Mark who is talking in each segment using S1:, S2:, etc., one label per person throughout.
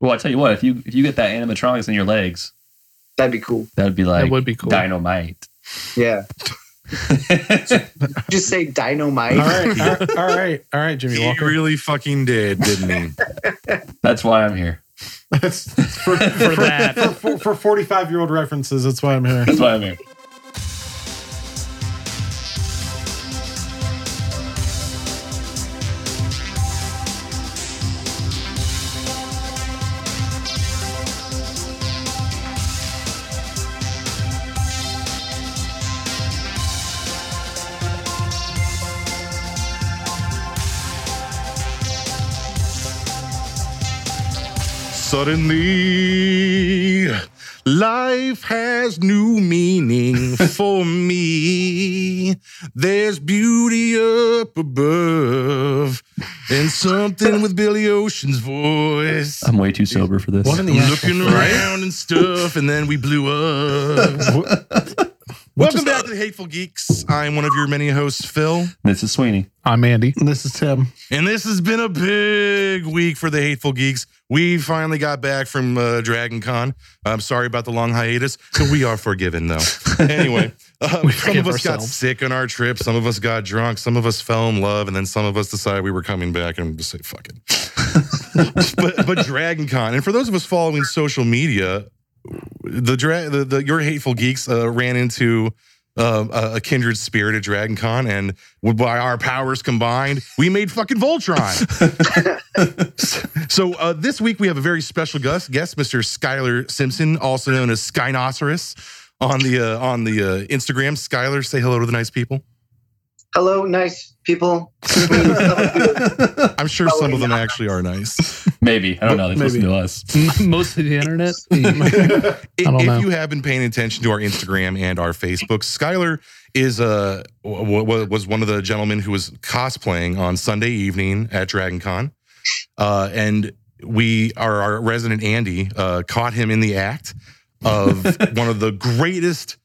S1: Well, I tell you what, if you if you get that animatronics in your legs,
S2: That'd be cool.
S1: that'd be like
S3: that would be cool.
S1: dynamite.
S2: Yeah. Just say dynamite.
S3: All right, all right, all right, all right, Jimmy
S4: He
S3: Walker.
S4: really fucking did, didn't he?
S1: That's why I'm here.
S3: That's for, for
S5: that.
S3: for- for, for 45 year old references. That's why I'm here.
S1: That's why I'm here.
S4: Suddenly, life has new meaning for me. There's beauty up above, and something with Billy Ocean's voice.
S1: I'm way too sober for this.
S3: One in the
S4: Looking around and stuff, and then we blew up. Welcome back to the Hateful Geeks. I'm one of your many hosts, Phil.
S1: This is Sweeney.
S3: I'm Andy. This is Tim.
S4: And this has been a big week for the Hateful Geeks. We finally got back from uh, Dragon Con. I'm sorry about the long hiatus, but we are forgiven, though. Anyway, um,
S3: We
S4: some of
S3: forgive
S4: us got
S3: ourselves.
S4: sick on our trip. Some of us got drunk. Some of us fell in love. And then some of us decided we were coming back and just say, fuck it. but, but Dragon Con. And for those of us following social media, the, dra- the, the Your Hateful Geeks uh, ran into um, a, a kindred spirit at Dragon Con, and by our powers combined, we made fucking Voltron. so uh, this week we have a very special guest, guest Mr. Skylar Simpson, also known as Skynoceros, on the uh, on the uh, Instagram. Skylar, say hello to the nice people.
S2: Hello, nice people.
S4: I'm sure some of them actually are nice.
S1: Maybe. I don't know. They listen
S3: Maybe.
S1: to us.
S5: Most of the internet.
S4: If,
S3: don't know.
S4: if you have been paying attention to our Instagram and our Facebook, Skylar is uh, w- w- was one of the gentlemen who was cosplaying on Sunday evening at Dragon Con. Uh, and we, our, our resident Andy, uh, caught him in the act of one of the greatest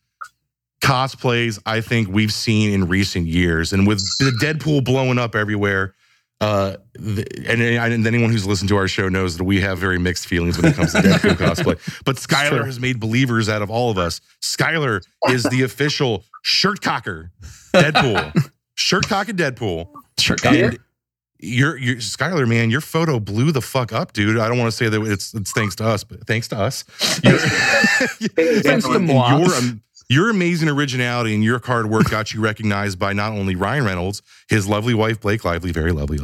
S4: cosplays I think we've seen in recent years. And with the Deadpool blowing up everywhere, uh, th- and, and anyone who's listened to our show knows that we have very mixed feelings when it comes to Deadpool cosplay. But Skylar has made believers out of all of us. Skylar is the official shirt cocker Deadpool. shirt cocker Deadpool.
S1: Sure.
S4: And your your Skylar, man, your photo blew the fuck up, dude. I don't want to say that it's it's thanks to us, but thanks to us. Your-
S2: Thanks to
S4: and
S5: moi.
S4: Your, um, your amazing originality and your hard work got you recognized by not only Ryan Reynolds, his lovely wife Blake Lively, very lovely,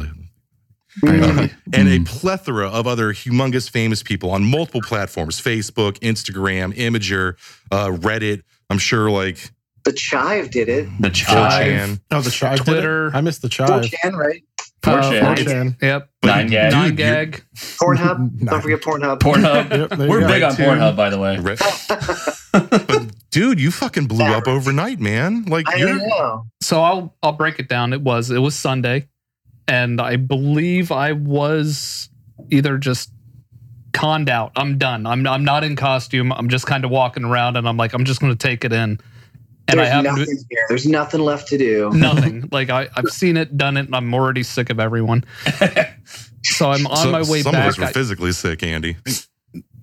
S1: Mm.
S4: and
S5: Hmm.
S4: a plethora of other humongous famous people on multiple platforms: Facebook, Instagram, Imager, uh, Reddit. I'm sure like
S2: The Chive did it.
S1: The
S4: 4chan.
S1: chive.
S3: Oh, the chive. did it?
S5: Twitter.
S3: I missed the
S2: Cool
S3: chive.
S2: Chan, right?
S1: 4chan.
S5: Uh,
S3: 4chan.
S5: Yep.
S4: But
S1: Nine gag.
S4: dude,
S5: Nine
S4: you're-
S5: gag.
S2: Pornhub.
S3: Nah.
S2: Don't forget Pornhub.
S1: Pornhub.
S3: Yep, there you
S4: We're
S3: go.
S1: Uh, We're big on
S4: Red
S1: Pornhub, by the way.
S4: Re- but dude, you fucking blew up overnight, man. Like
S2: I
S4: you're
S2: don't know.
S5: So I'll I'll break it down. It was it was Sunday, and I believe I was either just conned out. I'm done. I'm I'm not in costume. I'm just kind of walking around, and I'm like I'm just going to take it in. And I
S2: There's
S5: haven't
S2: nothing here. There's nothing left to do.
S5: nothing. like I I've seen it, done it, and I'm already sick of everyone. So I'm on
S4: some-
S5: my way
S4: some
S5: back.
S4: of us were
S5: I-
S4: physically sick, Andy.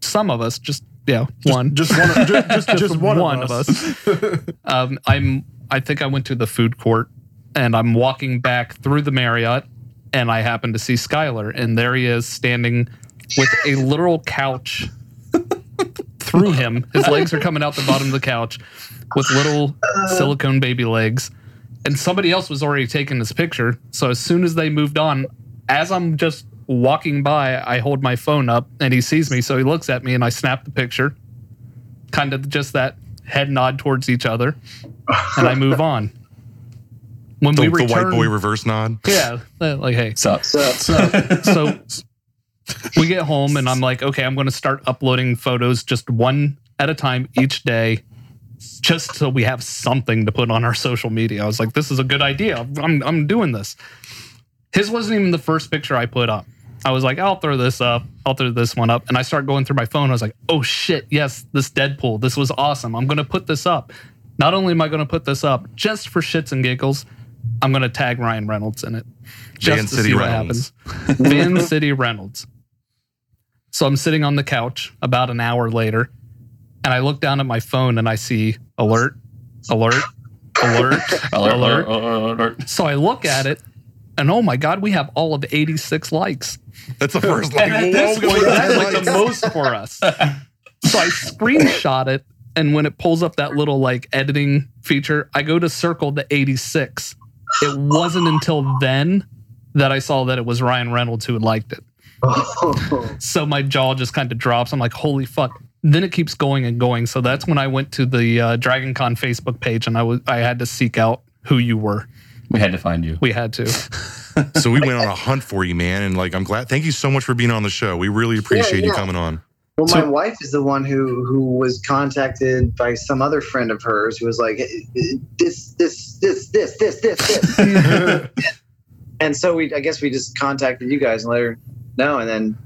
S5: some of us just yeah one.
S3: Just one. Of, just, just,
S5: Just
S3: just one,
S5: one of
S3: of us.
S5: Um, I'm I think I went to the food court and I'm walking back through the Marriott and I happen to see Skylar and there he is standing with a literal couch through him. His legs are coming out the bottom of the couch with little silicone baby legs. And somebody else was already taking his picture. So as soon as they moved on, as I'm just walking by, I hold my phone up and he sees me. So he looks at me and I snap the picture. Kind of just that head nod towards each other. And I move on. When
S4: The,
S5: we
S4: the
S5: return,
S4: white boy reverse nod.
S5: yeah, uh, like hey,
S1: What's up?
S2: So
S5: so we get home and I'm like, okay, I'm going to start uploading photos just one at a time each day, just so we have something to put on our social media. I was like, this is a good idea. I'm I'm doing this. His wasn't even the first picture I put up. I was like, I'll throw this up. I'll throw this one up. And I start going through my phone. I was like, oh shit, yes, this Deadpool. This was awesome. I'm going to put this up. Not only am I going to put this up just for shits and giggles, I'm going to tag Ryan Reynolds in it. Just
S4: Van
S5: to
S4: City
S5: see what
S4: Reynolds.
S5: happens. Van City Reynolds. So I'm sitting on the couch about an hour later, and I look down at my phone and I see alert, alert, alert,
S1: Alert,
S5: alert.
S1: alert, alert, alert.
S5: So I look at it, and oh my god, we have all of 86 likes.
S4: That's the first
S5: And at
S4: line.
S5: this
S4: Whoa,
S5: point,
S4: guys,
S5: that's like
S4: lights.
S5: the most for us. So I screenshot it, and when it pulls up that little like editing feature, I go to circle the 86. It wasn't until then that I saw that it was Ryan Reynolds who had liked it. So my jaw just kind of drops. I'm like, holy fuck. Then it keeps going and going. So that's when I went to the uh, Dragon Con Facebook page and I was I had to seek out who you were.
S1: We had to find you.
S5: We had to.
S4: so we went on a hunt for you, man. And like, I'm glad. Thank you so much for being on the show. We really appreciate you
S2: yeah.
S4: coming on.
S2: Well,
S5: So-
S2: my wife is the one who who was contacted by some other friend of hers who was like, this, this, this, this, this, this, this. and so we, I guess we just contacted you guys and let her know. And then,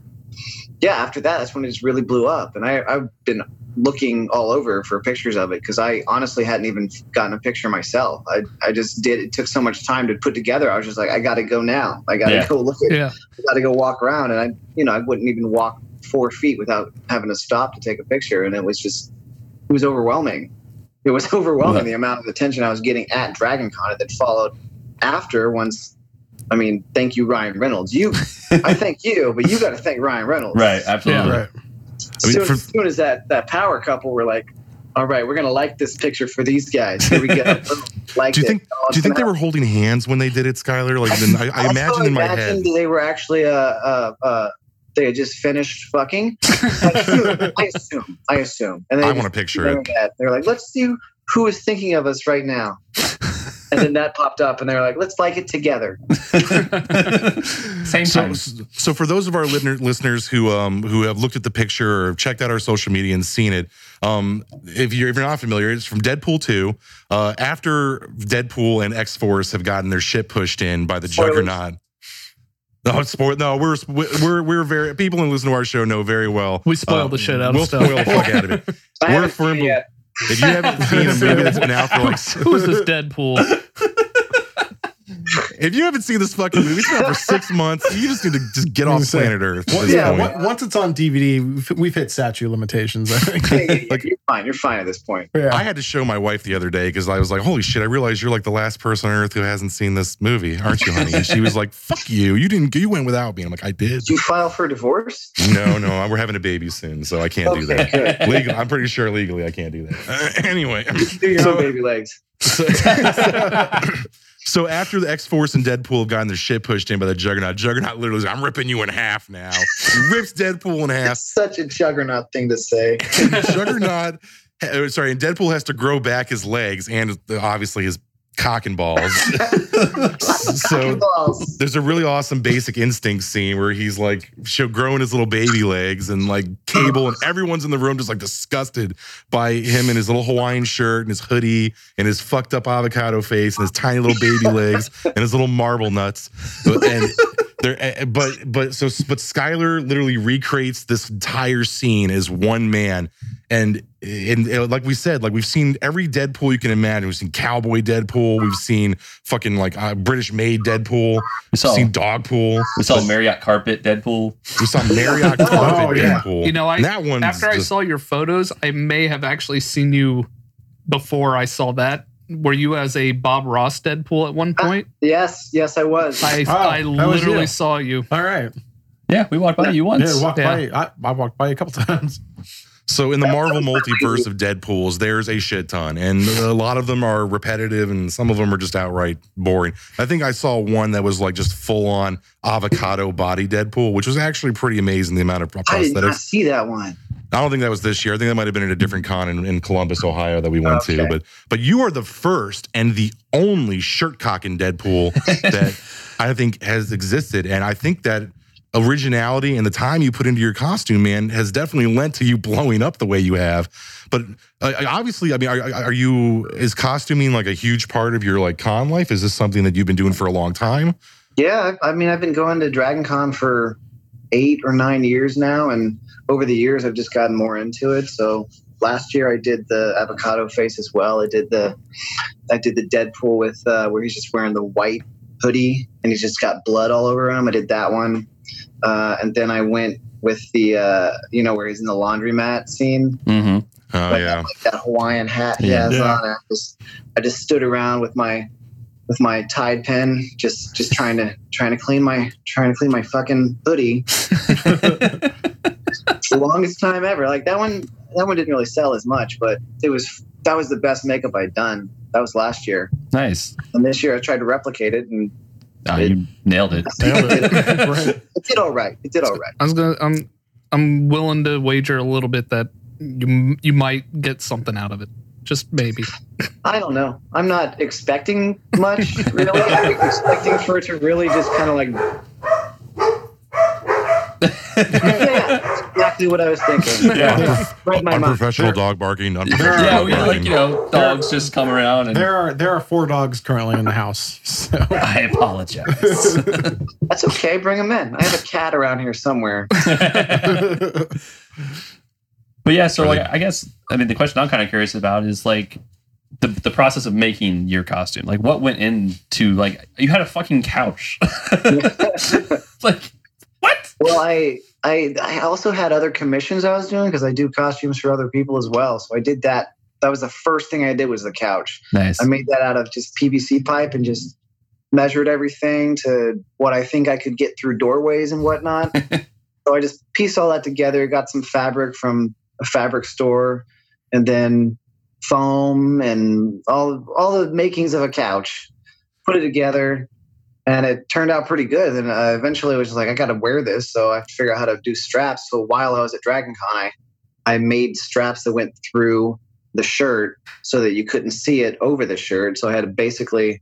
S2: yeah, after that, that's when it just really blew up. And I, I've been looking all over for pictures of it because I honestly hadn't even gotten a picture myself. I, I just did. It took so much time to put together. I was just like, I got to go now. I got to
S1: Yeah.
S2: go look at
S5: Yeah.
S2: got to go walk around and i you know i wouldn't even walk four feet without having to stop to take a picture and it was just it was overwhelming it was overwhelming
S1: Yeah.
S2: the amount of attention i was getting at dragon con that followed after once i mean thank you ryan reynolds you i thank you but you got to thank ryan reynolds
S1: Right, absolutely.
S3: Right.
S4: I mean,
S2: soon,
S4: for-
S2: as soon as that that power couple were like all right we're gonna like this picture for these guys here we go Boom. like
S4: Do you
S2: it.
S4: think-
S2: Oh,
S4: Do you
S2: it's
S4: think
S2: gonna
S4: they were holding hands when they did it, Skylar? Like, then I, I
S2: also
S4: imagine in my head.
S2: imagined they were actually uh, uh, uh, they had just finished fucking. I assume. I assume. I assume. And they
S4: I
S2: just
S4: want to picture it.
S2: doing that. They're like, let's see who is thinking of us right now. and then that popped up, and they're like, let's like it together.
S1: Same
S4: So,
S1: time.
S4: so for those of our listener, listeners who um who have looked at the picture or have checked out our social media and seen it, um, if you're if you're not familiar, it's from Deadpool two. Uh, after Deadpool and X Force have gotten their shit pushed in by the
S2: Spoilers.
S4: Juggernaut. No, sport. No, we're we're we're very people who listen to our show know very well. uh,
S5: We spoil the shit out of
S4: we'll
S5: stuff.
S4: Spoil the fuck out of it.
S2: I
S4: We're
S2: haven't seen it
S4: firmly-
S2: yet.
S4: If you haven't seen a movie that's been out for like
S5: Who's this Deadpool?
S4: If you haven't seen this fucking movie, it's been out for six months. You just need to just get off planet Earth. At
S3: Well,
S4: this
S3: yeah,
S4: point.
S3: on- once it's on DVD, we've, we've hit statute limitations. I think.
S2: Yeah, yeah, yeah, you're fine. You're fine at this point.
S3: Yeah.
S4: I had to show my wife the other day because I was like, "Holy shit!" I realize you're like the last person on Earth who hasn't seen this movie, aren't you, honey? And she was like, "Fuck you! You didn't. You went without me." I'm like, "I did."
S2: Did you file for divorce?
S4: No, no, we're having a baby soon, so I can't do that.
S2: good.
S4: Legal, I'm pretty sure legally I can't do that. Uh, anyway,
S2: Do your
S4: So-
S2: own baby legs.
S4: so after the X Force and Deadpool have gotten their shit pushed in by the Juggernaut, Juggernaut literally, is like, I'm ripping you in half now. He rips Deadpool in half.
S2: That's such a juggernaut thing to say.
S4: Juggernaut, uh, sorry, and Deadpool has to grow back his legs and uh, obviously his cock and balls. so
S2: Fucking balls.
S4: there's a really awesome basic instinct scene where he's like show growing his little baby legs and like cable and everyone's in the room just like disgusted by him in his little Hawaiian shirt and his hoodie and his fucked up avocado face and his tiny little baby legs and his little marble nuts. But- And there, eh, but but so but Skyler literally recreates this entire scene as one man. And, and eh, like we said, like we've seen every Deadpool you can imagine. We've seen cowboy Deadpool. We've seen fucking like uh, British made Deadpool.
S1: we saw,
S4: Seen Dogpool.
S1: we saw Marriott Carpet, Deadpool.
S4: We saw Marriott Carpet
S3: Oh, yeah.
S4: Deadpool.
S5: You know, I-
S4: that one
S5: After I saw your photos, I may have actually seen you before I saw that. Were you as a Bob Ross Deadpool at one point?
S2: Yes, yes, I was.
S5: I
S3: Oh,
S5: I
S3: that was
S5: literally
S3: you.
S5: saw you.
S3: All right.
S1: Yeah, we walked by you
S3: Yeah,
S1: once.
S3: walked
S5: Yeah.
S3: by. I, I walked by a couple times.
S4: So in the Marvel multiverse of Deadpools, there's a shit ton, and a lot of them are repetitive, and some of them are just outright boring. I think I saw one that was like just full on avocado body Deadpool, which was actually pretty amazing. The amount of
S2: I did not
S4: prosthetics.
S2: see that one.
S4: I don't think that was this year. I think that might have been at a different con in, in Columbus, Ohio, that we went to.
S2: Okay.
S4: But but you are the first and the only shirt cock in Deadpool that I think has existed, and I think that originality and the time you put into your costume, man, has definitely lent to you blowing up the way you have. But uh, obviously, I mean, are, are you is costuming like a huge part of your like con life? Is this something that you've been doing for a long time?
S2: Yeah, I I mean, I've been going to Dragon Con for eight or nine years now, and over the years, I've just gotten more into it. So last year, I did the avocado face as well. I did the I did the Deadpool with uh, where he's just wearing the white hoodie and he's just got blood all over him. I did that one, uh, and then I went with the uh, you know where he's in the laundromat scene.
S1: hmm
S4: Oh
S2: But
S4: yeah.
S2: That Hawaiian hat he
S1: Yeah.
S2: has
S3: Yeah.
S2: on. and I just I just stood around with my with my Tide pen, just just trying to trying to clean my trying to clean my fucking hoodie.
S1: Mm-hmm.
S2: It's the longest time ever. Like that one that one didn't really sell as much, but it was that was the best makeup I'd done. That was last year,
S1: Nice.
S2: and this year I tried to replicate it, and
S1: Oh, you nailed it.
S3: Nailed it.
S5: I
S2: it did all right. It did all right.
S5: was gonna. I'm. I'm willing to wager a little bit that you you might get something out of it. Just maybe.
S2: I don't know. I'm not expecting much, really. I was expecting for it to really just kind of like. yeah, that's exactly what I was thinking.
S1: Yeah.
S2: Right in my mind.
S4: Unprofessional
S3: There-
S4: dog barking. Unprofessional
S1: yeah,
S4: dog
S1: we had, like,
S4: barking.
S1: you know, dogs just come around and
S3: There are there are four dogs currently in the house. So
S1: I apologize.
S2: That's okay. Bring them in. I have a cat around here somewhere.
S1: but yeah, so like
S4: Brilliant.
S1: I guess I mean the question I'm kind of curious about is like the the process of making your costume. Like what went into like you had a fucking couch. like what?
S2: Well, I I I also had other commissions I was doing because I do costumes for other people as well. So I did that. That was the first thing I did was the couch.
S1: Nice.
S2: I made that out of just PVC pipe and just measured everything to what I think I could get through doorways and whatnot. so I just pieced all that together, got some fabric from a fabric store, and then foam and all all the makings of a couch. Put it together, and it turned out pretty good. And uh, eventually, I was just like, I got to wear this, so I have to figure out how to do straps. So while I was at DragonCon, I I made straps that went through the shirt so that you couldn't see it over the shirt. So I had to basically,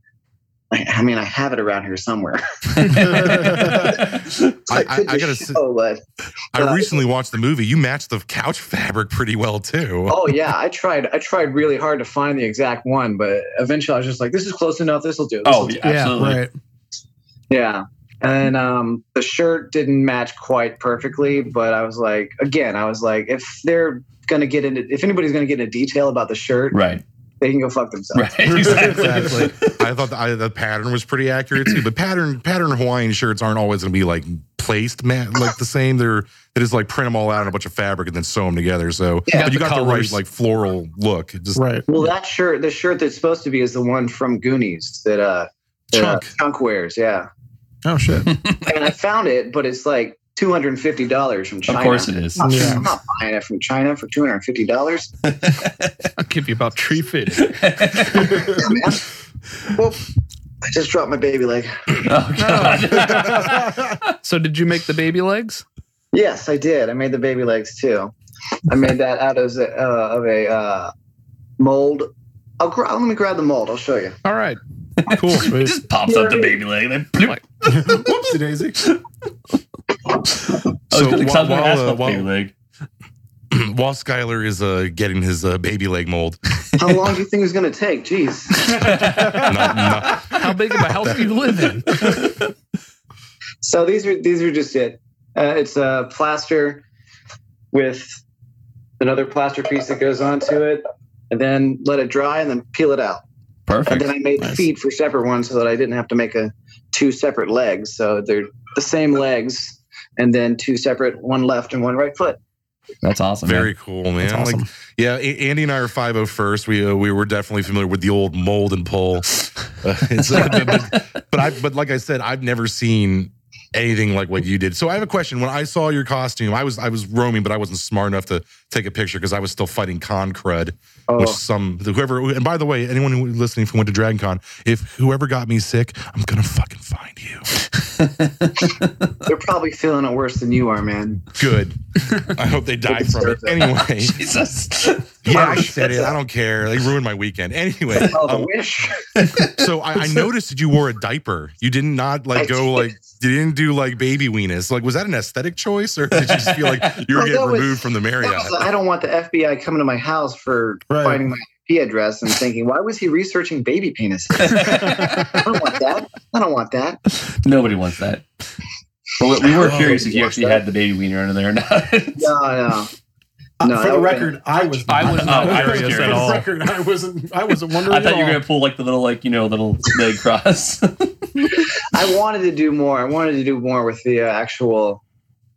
S2: I, I mean, I have it around here somewhere. So
S4: I- I-
S2: could
S4: I
S2: just
S4: gotta s-
S2: show, but,
S4: I recently watched the movie. You matched the couch fabric pretty well too.
S2: oh yeah, I tried. I tried really hard to find the exact one, but eventually I was just like, this is close enough. This will do. This
S1: oh,
S2: will do.
S1: yeah, absolutely.
S3: right.
S2: yeah. And um, the shirt didn't match quite perfectly, but I was like, again, I was like, if they're gonna get into, if anybody's gonna get into detail about the shirt,
S1: Right.
S2: they can go fuck themselves.
S1: Right. Exactly.
S3: Exactly.
S4: I thought the, I, the pattern was pretty accurate too. But pattern pattern Hawaiian shirts aren't always going to be like placed ma- like the same. They're they just like print them all out in a bunch of fabric and then sew them together. So
S2: Yeah.
S4: but you
S5: Got
S4: got
S5: the
S4: the, right
S5: colors.
S4: like floral look. It Just
S3: Right.
S2: Well, that shirt, the shirt that's supposed to be is the one from Goonies that uh, that, uh,
S4: Chunk.
S2: Chunk wears. Yeah.
S3: Oh shit.
S2: and I found it, but it's like two hundred and fifty dollars from China.
S1: Of course it is.
S2: I'm not-
S3: Yeah.
S2: I'm not buying it from China for two hundred and fifty dollars.
S5: I'll give you about tree fit.
S2: Well, I just dropped my baby leg.
S1: oh god.
S5: So did you make the baby legs?
S2: Yes, I did. I made the baby legs too. I made that out of a, uh, of a uh, mold. I'll gra- let me grab the mold. I'll show you.
S5: All right.
S3: Cool.
S1: it
S3: Sweet.
S1: just pops up the baby leg. Then bloop.
S3: Whoopsie daisy.
S1: I was
S4: so
S1: gonna- 'cause I was
S4: while,
S1: gonna ask
S4: while, uh,
S1: about the baby
S4: while,
S1: leg.
S4: while Skylar is uh, getting his uh, baby leg mold,
S2: How long do you think it's gonna take? Jeez.
S4: not, not,
S5: How big of a house do you live in?
S2: So these are these are just it. Uh, it's a plaster with another plaster piece that goes onto it, and then let it dry, and then peel it out. And
S1: Perfect.
S2: then I made
S3: Nice.
S2: feet for separate ones so that I didn't have to make a two separate legs. So they're the same legs, and then two separate, one left and one right foot.
S1: That's awesome. man.
S4: very cool, man.
S3: That's awesome.
S4: Like yeah, A- Andy and I are five oh first. We uh, we were definitely familiar with the old mold and pull. Uh, it's, but, but I but like I said, I've never seen anything like what you did. So I have a question. When I saw your costume, I was I was roaming, but I wasn't smart enough to take a picture because I was still fighting con crud.
S2: Oh,
S4: Which some whoever and by the way, anyone who listening from went to Dragon Con, if whoever got me sick, I'm gonna fucking find you.
S2: they're probably feeling it worse than you are, man.
S4: Good. I hope they die from it. Anyway.
S1: Jesus.
S4: Yeah, I said it. I don't care. They ruined my weekend. Anyway,
S2: Oh, the
S4: um,
S2: wish.
S4: so I, I noticed that you wore a diaper. You did not like go like you didn't do like baby weenus. Like, was that an aesthetic choice, or did you just feel like you were
S2: Well,
S4: getting
S2: that was-
S4: removed from the Marriott?
S2: Also, I don't want the FBI coming to my house for
S3: Right.
S2: finding my IP address and thinking, why was he researching baby penises? I don't want that. I don't want that.
S1: Nobody wants that. But we we were
S4: Oh,
S1: curious if you
S2: yeah.
S1: actually had the baby wiener under there or not.
S2: No, no. No,
S3: Uh, for
S2: that
S3: the
S2: would've
S3: record, I was.
S5: I was not
S1: I was
S5: curious
S1: curious.
S5: at
S3: For the
S5: all.
S3: record, I wasn't. I wasn't wondering.
S1: I thought
S3: at
S1: you were
S3: all.
S1: gonna pull like the little like you know little leg cross.
S2: I wanted to do more. I wanted to do more with the uh, actual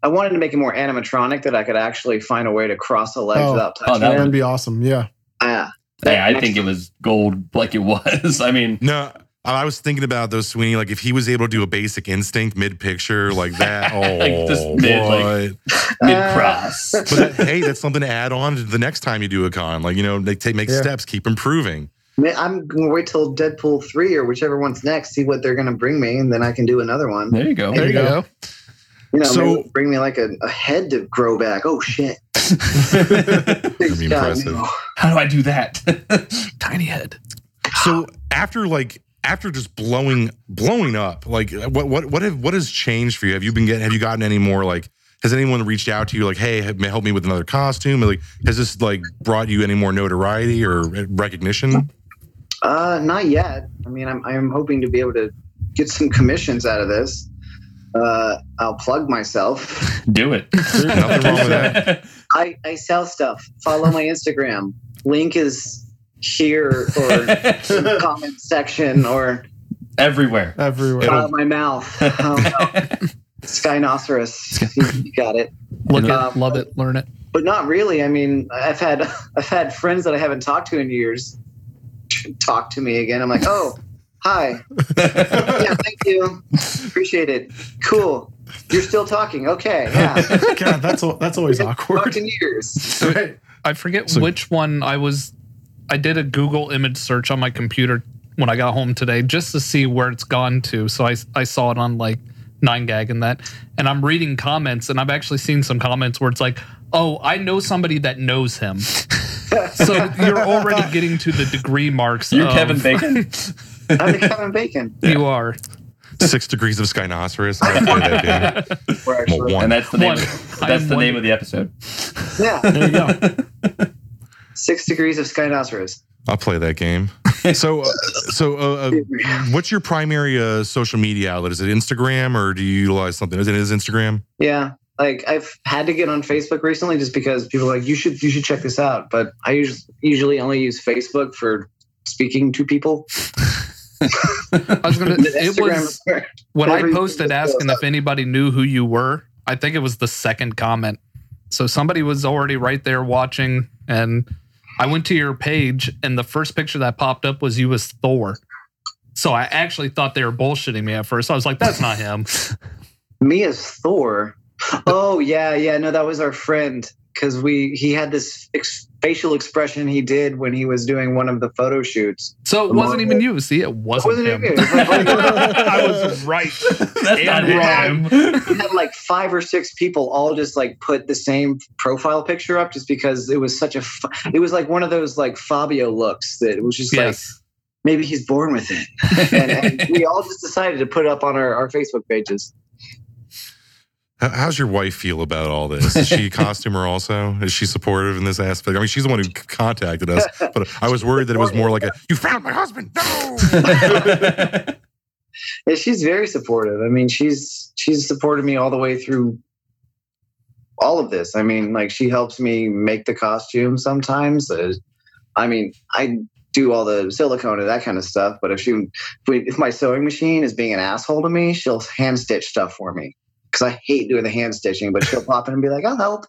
S2: I wanted to make it more animatronic that I could actually find a way to cross a leg
S3: Oh.
S2: without
S1: Oh,
S2: touching.
S1: that
S3: That'd
S1: would-
S3: be awesome. Yeah.
S2: yeah.
S1: Yeah, I think it was gold like it was. I mean,
S4: No, I was thinking about those Sweeney. Like if he was able to do a basic instinct mid picture like that. Oh,
S1: Like, just mid, like-
S4: what?
S1: mid cross.
S4: but that- hey, that's something to add on to the next time you do a con. Like you know, they take make
S3: Yeah.
S4: steps, keep improving.
S2: Man, I'm going to wait till Deadpool 3 or whichever one's next, see what they're going to bring me, and then I can do another one.
S1: There you go.
S3: There you go.
S2: You know,
S4: So-
S2: maybe it'll bring me like a, a head to grow back. Oh, shit.
S4: That'd be impressive.
S1: How do I do that?
S5: Tiny head.
S4: So after like after just blowing blowing up, like what what what have what has changed for you? Have you been getting have you gotten any more like has anyone reached out to you like, hey, have- help me with another costume? Or, like has this like brought you any more notoriety or recognition?
S2: Uh, not yet. I mean, I'm, I'm hoping to be able to get some commissions out of this. Uh, I'll plug myself.
S1: do it.
S4: nothing wrong with that.
S2: I, I sell stuff. Follow my Instagram. Link is here or in the comment section or
S1: Everywhere.
S3: Everywhere.
S4: It'll-
S2: out of my mouth. Oh, no. Skynoceros. You- you got it.
S5: Look
S2: Um,
S5: it, love it, learn it.
S2: But not really. I mean, I've had I've had friends that I haven't talked to in years talk to me again. I'm like, oh, hi. Yeah, thank you. Appreciate it. Cool. You're still talking. Okay. Yeah.
S3: God, that's al- that's always awkward.
S2: Talked in years.
S3: Right.
S5: I forget
S4: So-
S5: which one I was. I did a Google image search on my computer when I got home today just to see where it's gone to. So I, I saw it on like 9gag and that. And I'm reading comments and I've actually seen some comments where it's like, oh, I know somebody that knows him. so you're already getting to the degree marks.
S1: You're
S5: of-
S1: Kevin Bacon.
S2: I'm the Kevin Bacon.
S5: You are.
S4: Six degrees of Skynoceros. I play that game.
S2: We're
S4: I'm a
S2: actually-
S4: one.
S1: And that's the name.
S5: One. I
S1: That's
S5: am
S1: the
S5: one.
S1: name of the episode.
S2: Yeah.
S3: There you go.
S2: Six degrees of Skynoceros.
S4: I'll play that game. So, uh, so uh, uh, what's your primary uh, social media outlet? Is it Instagram or do you utilize something? Is it is Instagram?
S2: Yeah. Like I've had to get on Facebook recently just because people are like, you should you should check this out. But I usually usually only use Facebook for speaking to people.
S5: I was gonna.
S2: And
S5: It
S2: Instagram
S5: was
S2: is where-
S5: when I
S2: Everything
S5: posted
S2: is
S5: asking if anybody knew who you were, I think it was the second comment. So somebody was already right there watching, and I went to your page, and the first picture that popped up was you as Thor. So I actually thought they were bullshitting me at first. I was like, "That's not him."
S2: me as Thor. Oh yeah, yeah. No, that was our friend because we he had this ex- facial expression he did when he was doing one of the photo shoots.
S5: So it wasn't even you. See, it wasn't,
S2: Wasn't it?
S5: him.
S2: It was like-
S5: I was right.
S1: That's not
S5: And
S1: him.
S2: we had like five or six people all just like put the same profile picture up just because it was such a fa- it was like one of those like fabio looks that it was just like
S5: Yes.
S2: maybe he's born with it and, and we all just decided to put up on our, our facebook pages
S4: How- How's your wife feel about all this? Is she a costumer also? Is she supportive in this aspect? I mean, she's the one who c- contacted us, but I was worried that it was more like a "you found my husband." No,
S2: yeah, she's very supportive i mean she's she's supported me all the way through all of this i mean like she helps me make the costume sometimes Uh, i mean i do all the silicone and that kind of stuff but if she if, we, if my sewing machine is being an asshole to me she'll hand stitch stuff for me because i hate doing the hand stitching but she'll pop in and be like i'll help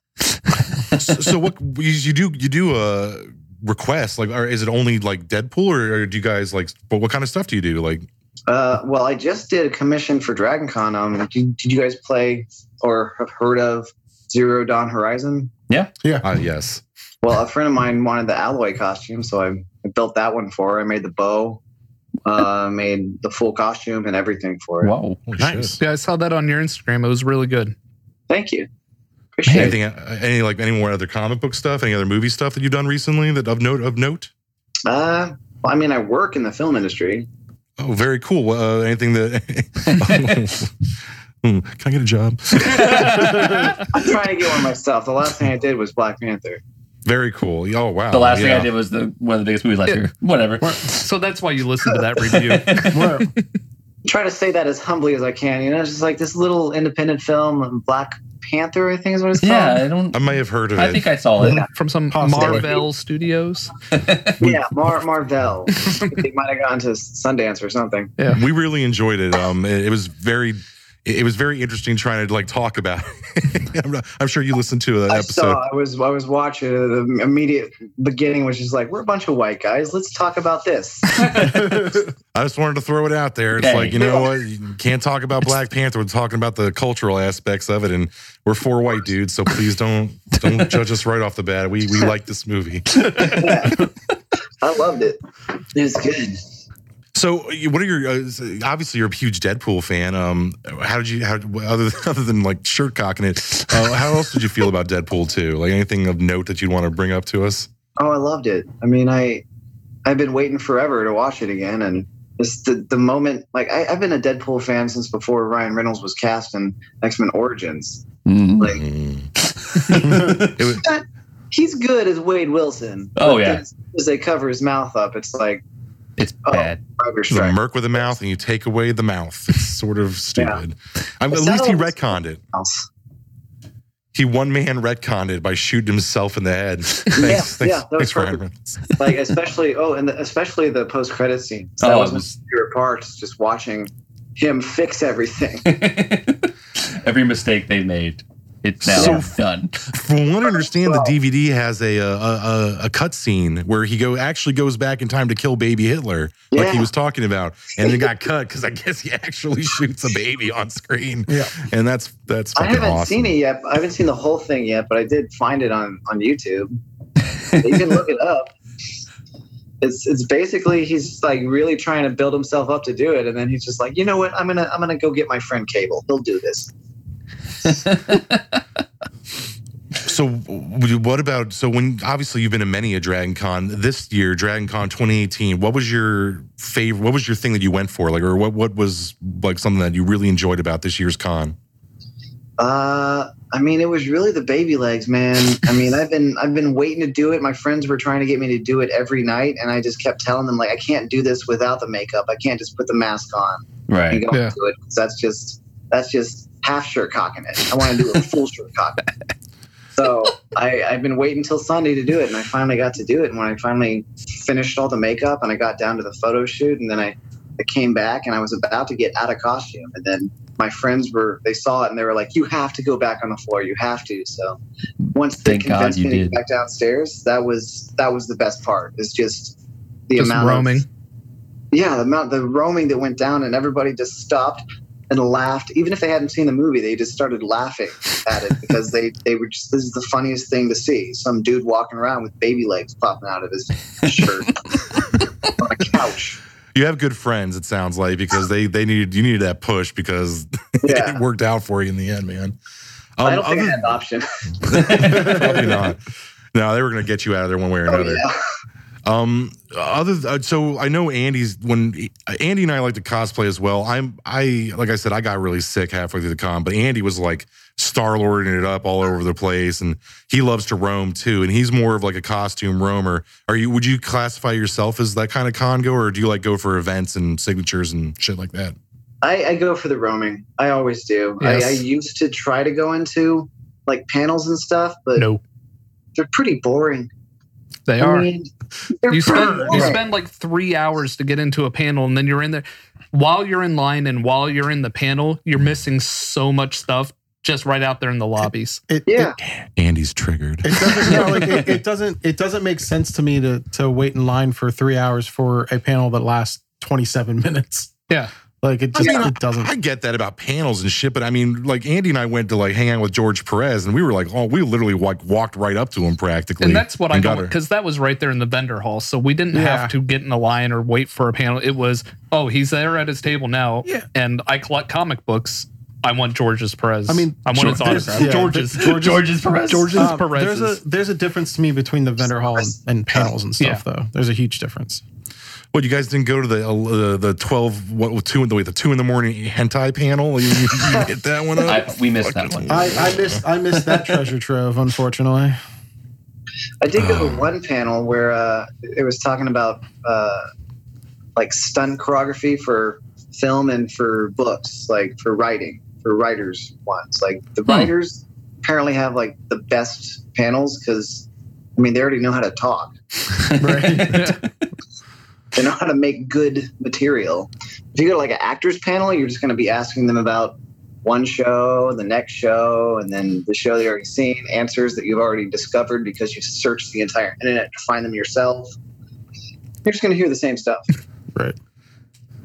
S4: so, so what you, you do? You do uh, requests like, or is it only like Deadpool, or, or do you guys like? But what kind of stuff do you do? Like,
S2: uh, well i just did a commission for dragon con um did, did you guys play or have heard of zero dawn horizon
S4: uh, yes,
S2: Well, a friend of mine wanted the alloy costume, so I, I built that one for her. I made the bow, uh, made the full costume and everything for it.
S1: Whoa.
S4: Holy
S3: Nice.
S4: shit.
S5: Yeah, I saw that on your Instagram. It was really good.
S2: Thank you. Appreciate it.
S4: Anything? uh, Any like any more other comic book stuff? Any other movie stuff that you've done recently that of note? Of note?
S2: Uh, well, I mean, I work in the film industry.
S4: Oh, very cool. Uh, anything that? Hmm, Can I get a job?
S2: I'm trying to get one myself. The last thing I did was Black Panther.
S4: Very cool. Oh wow.
S1: The last
S4: Yeah.
S1: thing I did was the one of the biggest movies last
S5: Yeah.
S1: year. Whatever.
S5: So that's why you listened to that review.
S3: We're-
S2: Try to say that as humbly as I can. You know, it's just like this little independent film, um, Black Panther, I think is what it's called.
S1: yeah, I don't.
S4: I may have heard of
S1: I
S4: it.
S1: think I saw it.
S5: from some
S3: Possibly.
S5: Marvel Studios.
S2: Yeah, Mar- Marvel. I think it might have gone to Sundance or something.
S4: we really enjoyed it. Um, it, it was very. it, it was very interesting trying to like talk about. It. I'm, not, I'm sure you listened to an
S2: I
S4: episode.
S2: saw. I was. I was watching the immediate beginning, which is like, we're a bunch of white guys. Let's talk about this.
S1: Mm.
S4: I just wanted to throw it out there. It's
S1: Hey.
S4: like you know what? You can't talk about Black Panther. We're talking about the cultural aspects of it, and we're four white dudes, so please don't don't judge us right off the bat. We we like this movie.
S2: I loved it. It was good.
S4: So, you- what are your? Uh, s- obviously, you're a huge Deadpool fan. Um, how did you? How other than, other than like shirt cocking it? Uh, how else did you feel about Deadpool too? Like anything of note that you'd want to bring up to us?
S2: Oh, I loved it. I mean, I I've been waiting forever to watch it again, and it's the the moment. Like I, I've been a Deadpool fan since before Ryan Reynolds was cast in X Men Origins.
S1: Mm.
S2: Like
S4: Mm.
S2: he's good as Wade Wilson.
S1: Oh,
S2: but
S1: yeah.
S2: then as soon as they cover his mouth up, it's like
S1: It's
S2: Oh.
S1: bad.
S2: Roger
S4: She's a
S2: Strike.
S4: merc with a mouth, and you take away the mouth. It's sort of stupid. I'm, at
S2: Is
S4: least
S2: that
S4: he
S2: a-
S4: retconned it.
S2: Mouse.
S4: He one man retconned it by shooting himself in the head. Thanks,
S2: Yeah,
S4: thanks,
S2: yeah, that was
S4: thanks Ryan.
S2: perfect.
S4: Reynolds.
S2: Like especially oh, and the, especially the post credit scene. So that
S1: Oh,
S2: was
S1: it
S2: my
S1: was
S2: favorite part. is Just watching him fix everything.
S1: every mistake they made. It's now
S4: So-
S1: done.
S4: From what I understand,
S2: Well-
S4: the DVD has a uh, a, a, a cut scene where he go actually goes back in time to kill baby Hitler, like he
S2: Yeah.
S4: was talking about, and it got cut because I guess he actually shoots a baby on screen.
S3: Yeah.
S4: and that's that's
S2: I
S4: fucking
S2: haven't
S4: awesome.
S2: seen it yet. I haven't seen the whole thing yet, but I did find it on on YouTube. you can look it up. It's it's basically he's like really trying to build himself up to do it, and then he's just like, you know what? I'm gonna I'm gonna go get my friend Cable. He'll do this.
S4: So, w- what about so when obviously you've been to many a Dragon Con this year, Dragon Con 2018? What was your favorite? What was your thing that you went for? Like, or what what was like something that you really enjoyed about this year's con?
S2: Uh, I mean, it was really the baby legs, man. I mean, I've been I've been waiting to do it. My friends were trying to get me to do it every night, and I just kept telling them like, I can't do this without the makeup. I can't just put the mask on.
S1: Right.
S2: and go
S5: Yeah.
S2: into it 'cause that's just that's just half shirt cocking it. I want to do a full shirt cocking. So I, I've been waiting till Sunday to do it, and I finally got to do it. And when I finally finished all the makeup and I got down to the photo shoot, and then I, I came back and I was about to get out of costume, and then my friends were they saw it and they were like, "You have to go back on the floor. You have to." So once they
S1: Thank God
S2: convinced
S1: you
S2: me to
S1: did.
S2: go back downstairs, that was that was the best part. Is just the
S5: Just
S2: amount of
S5: roaming.
S2: yeah, the amount the roaming that went down and everybody just stopped and laughed. Even if they hadn't seen the movie, they just started laughing at it because they they were just this is the funniest thing to see. Some dude walking around with baby legs popping out of his shirt on a couch.
S4: You have good friends, it sounds like, because they they needed you needed that push because
S2: Yeah.
S4: it worked out for you in the end, man. Um,
S2: I don't think I
S4: other-
S2: had an option.
S4: probably not. No, they were going to get you out of there one way or
S2: Oh,
S4: another.
S2: yeah.
S4: Um, other th- uh, so I know Andy's when Andy and I like to cosplay as well. I'm I like I said I got really sick halfway through the con, but Andy was like star lording it up all over the place, and he loves to roam too. And he's more of like a costume roamer. Are you? Would you classify yourself as that kind of con goer, or do you like go for events and signatures and shit like that?
S2: I, I go for the roaming. I always do.
S5: Yes.
S2: I, I used to try to go into like panels and stuff, but
S5: No,
S2: they're pretty boring.
S5: they are.
S2: I mean, they're
S5: you
S2: pretty
S5: spend, you
S2: boring.
S5: spend like three hours to get into a panel and then you're in there while you're in line and while you're in the panel you're missing so much stuff just right out there in the lobbies
S3: It,
S2: Yeah.
S4: Andy's triggered.
S3: It doesn't no, like it, it doesn't it doesn't make sense to me to to wait in line for three hours for a panel that lasts twenty seven minutes.
S5: Yeah.
S3: Like it
S4: I
S3: just
S4: mean,
S3: it doesn't
S4: I get that about panels and shit, but I mean, like Andy and I went to like hang out with George Perez, and we were like, oh, we literally like walked right up to him practically.
S5: and that's what i
S4: And got
S5: don't
S4: her.
S5: because that was right there in the vendor hall so we didn't
S3: Yeah.
S5: have to get in a line or wait for a panel it was oh he's there at his table now
S3: Yeah.
S5: and i collect comic books i want george's perez
S3: I mean,
S5: i want his
S3: there's-
S5: autograph
S3: yeah,
S5: george's
S1: George's, Perez.
S5: George's
S3: Um,
S5: Perez's.
S3: there's a there's a difference to me between the vendor hall and, and panels and stuff though. There's a huge difference.
S4: What you guys didn't go to the uh, the twelve what two in the wait the two in the morning hentai panel? You, you, you hit that one up.
S1: I, we missed that one.
S3: I, I missed I missed that treasure trove, unfortunately.
S2: I did go to one panel where uh, it was talking about uh, like stunt choreography for film and for books, like for writing, for writers ones. Like the writers apparently have like the best panels because I mean they already know how to talk. They know how to make good material. If you go to like an actors panel, you're just going to be asking them about one show, the next show, and then the show that you've already seen, answers that you've already discovered because you've searched the entire internet to find them yourself. You're just going to hear the same stuff.
S3: Right.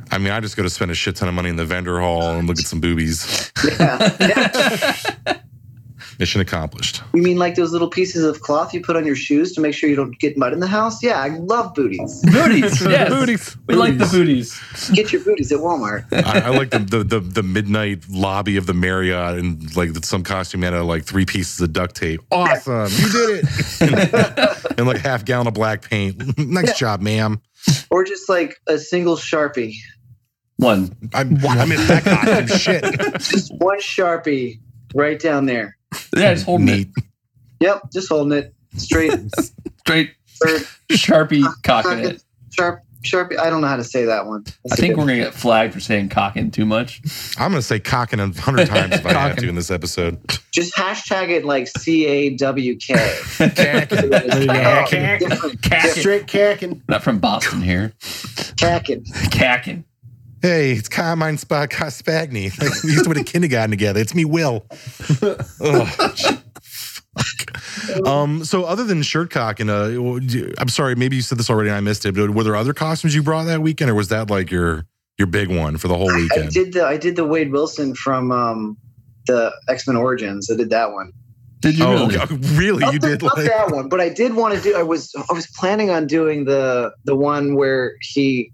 S4: I mean, I just go to spend a shit ton of money in the vendor hall and look at some boobies.
S2: Yeah. yeah.
S4: Mission accomplished.
S2: You mean like those little pieces of cloth you put on your shoes to make sure you don't get mud in the house? Yeah, I love booties.
S1: Booties. yes. We like the booties.
S2: Get your booties at Walmart.
S4: I, I like the, the the the midnight lobby of the Marriott and like some costume had uh, like three pieces of duct tape. Awesome, you did it. and like half gallon of black paint. nice job, ma'am.
S2: Or just like a single Sharpie.
S1: One.
S4: I'm I'm in that costume. Shit.
S2: Just one Sharpie right down there.
S1: Yeah, just holding it.
S4: Neat.
S2: Yep, just holding it straight.
S1: Straight
S2: Or
S1: Sharpie cocking it.
S2: Sharp, Sharpie. I don't know how to say that one.
S1: I think we're gonna get flagged for saying cocking too much.
S4: I'm gonna say cocking a hundred times if I have to
S5: Cocking.
S4: in this episode.
S2: just hashtag it like C A W K. Oh,
S1: Cacking. Cacking.
S3: Straight cacking.
S1: Not from Boston here.
S2: Cacking.
S1: Cacking.
S4: Hey, it's Carmine Spa Spagni. Like, we used to go to kindergarten together. It's me, Will. Ugh, gee, fuck. Um, so other than shirt cock and uh, do- I'm sorry, maybe you said this already and I missed it, but were there other costumes you brought that weekend, or was that like your your big one for the whole
S2: I
S4: weekend?
S2: did the I did the Wade Wilson from um, the X Men Origins. I did that one.
S1: Did you
S4: Oh,
S1: really?
S4: okay. really? You
S2: Not the-
S4: did
S2: not
S4: like
S2: that one, but I did want to do. I was I was planning on doing the the one where he,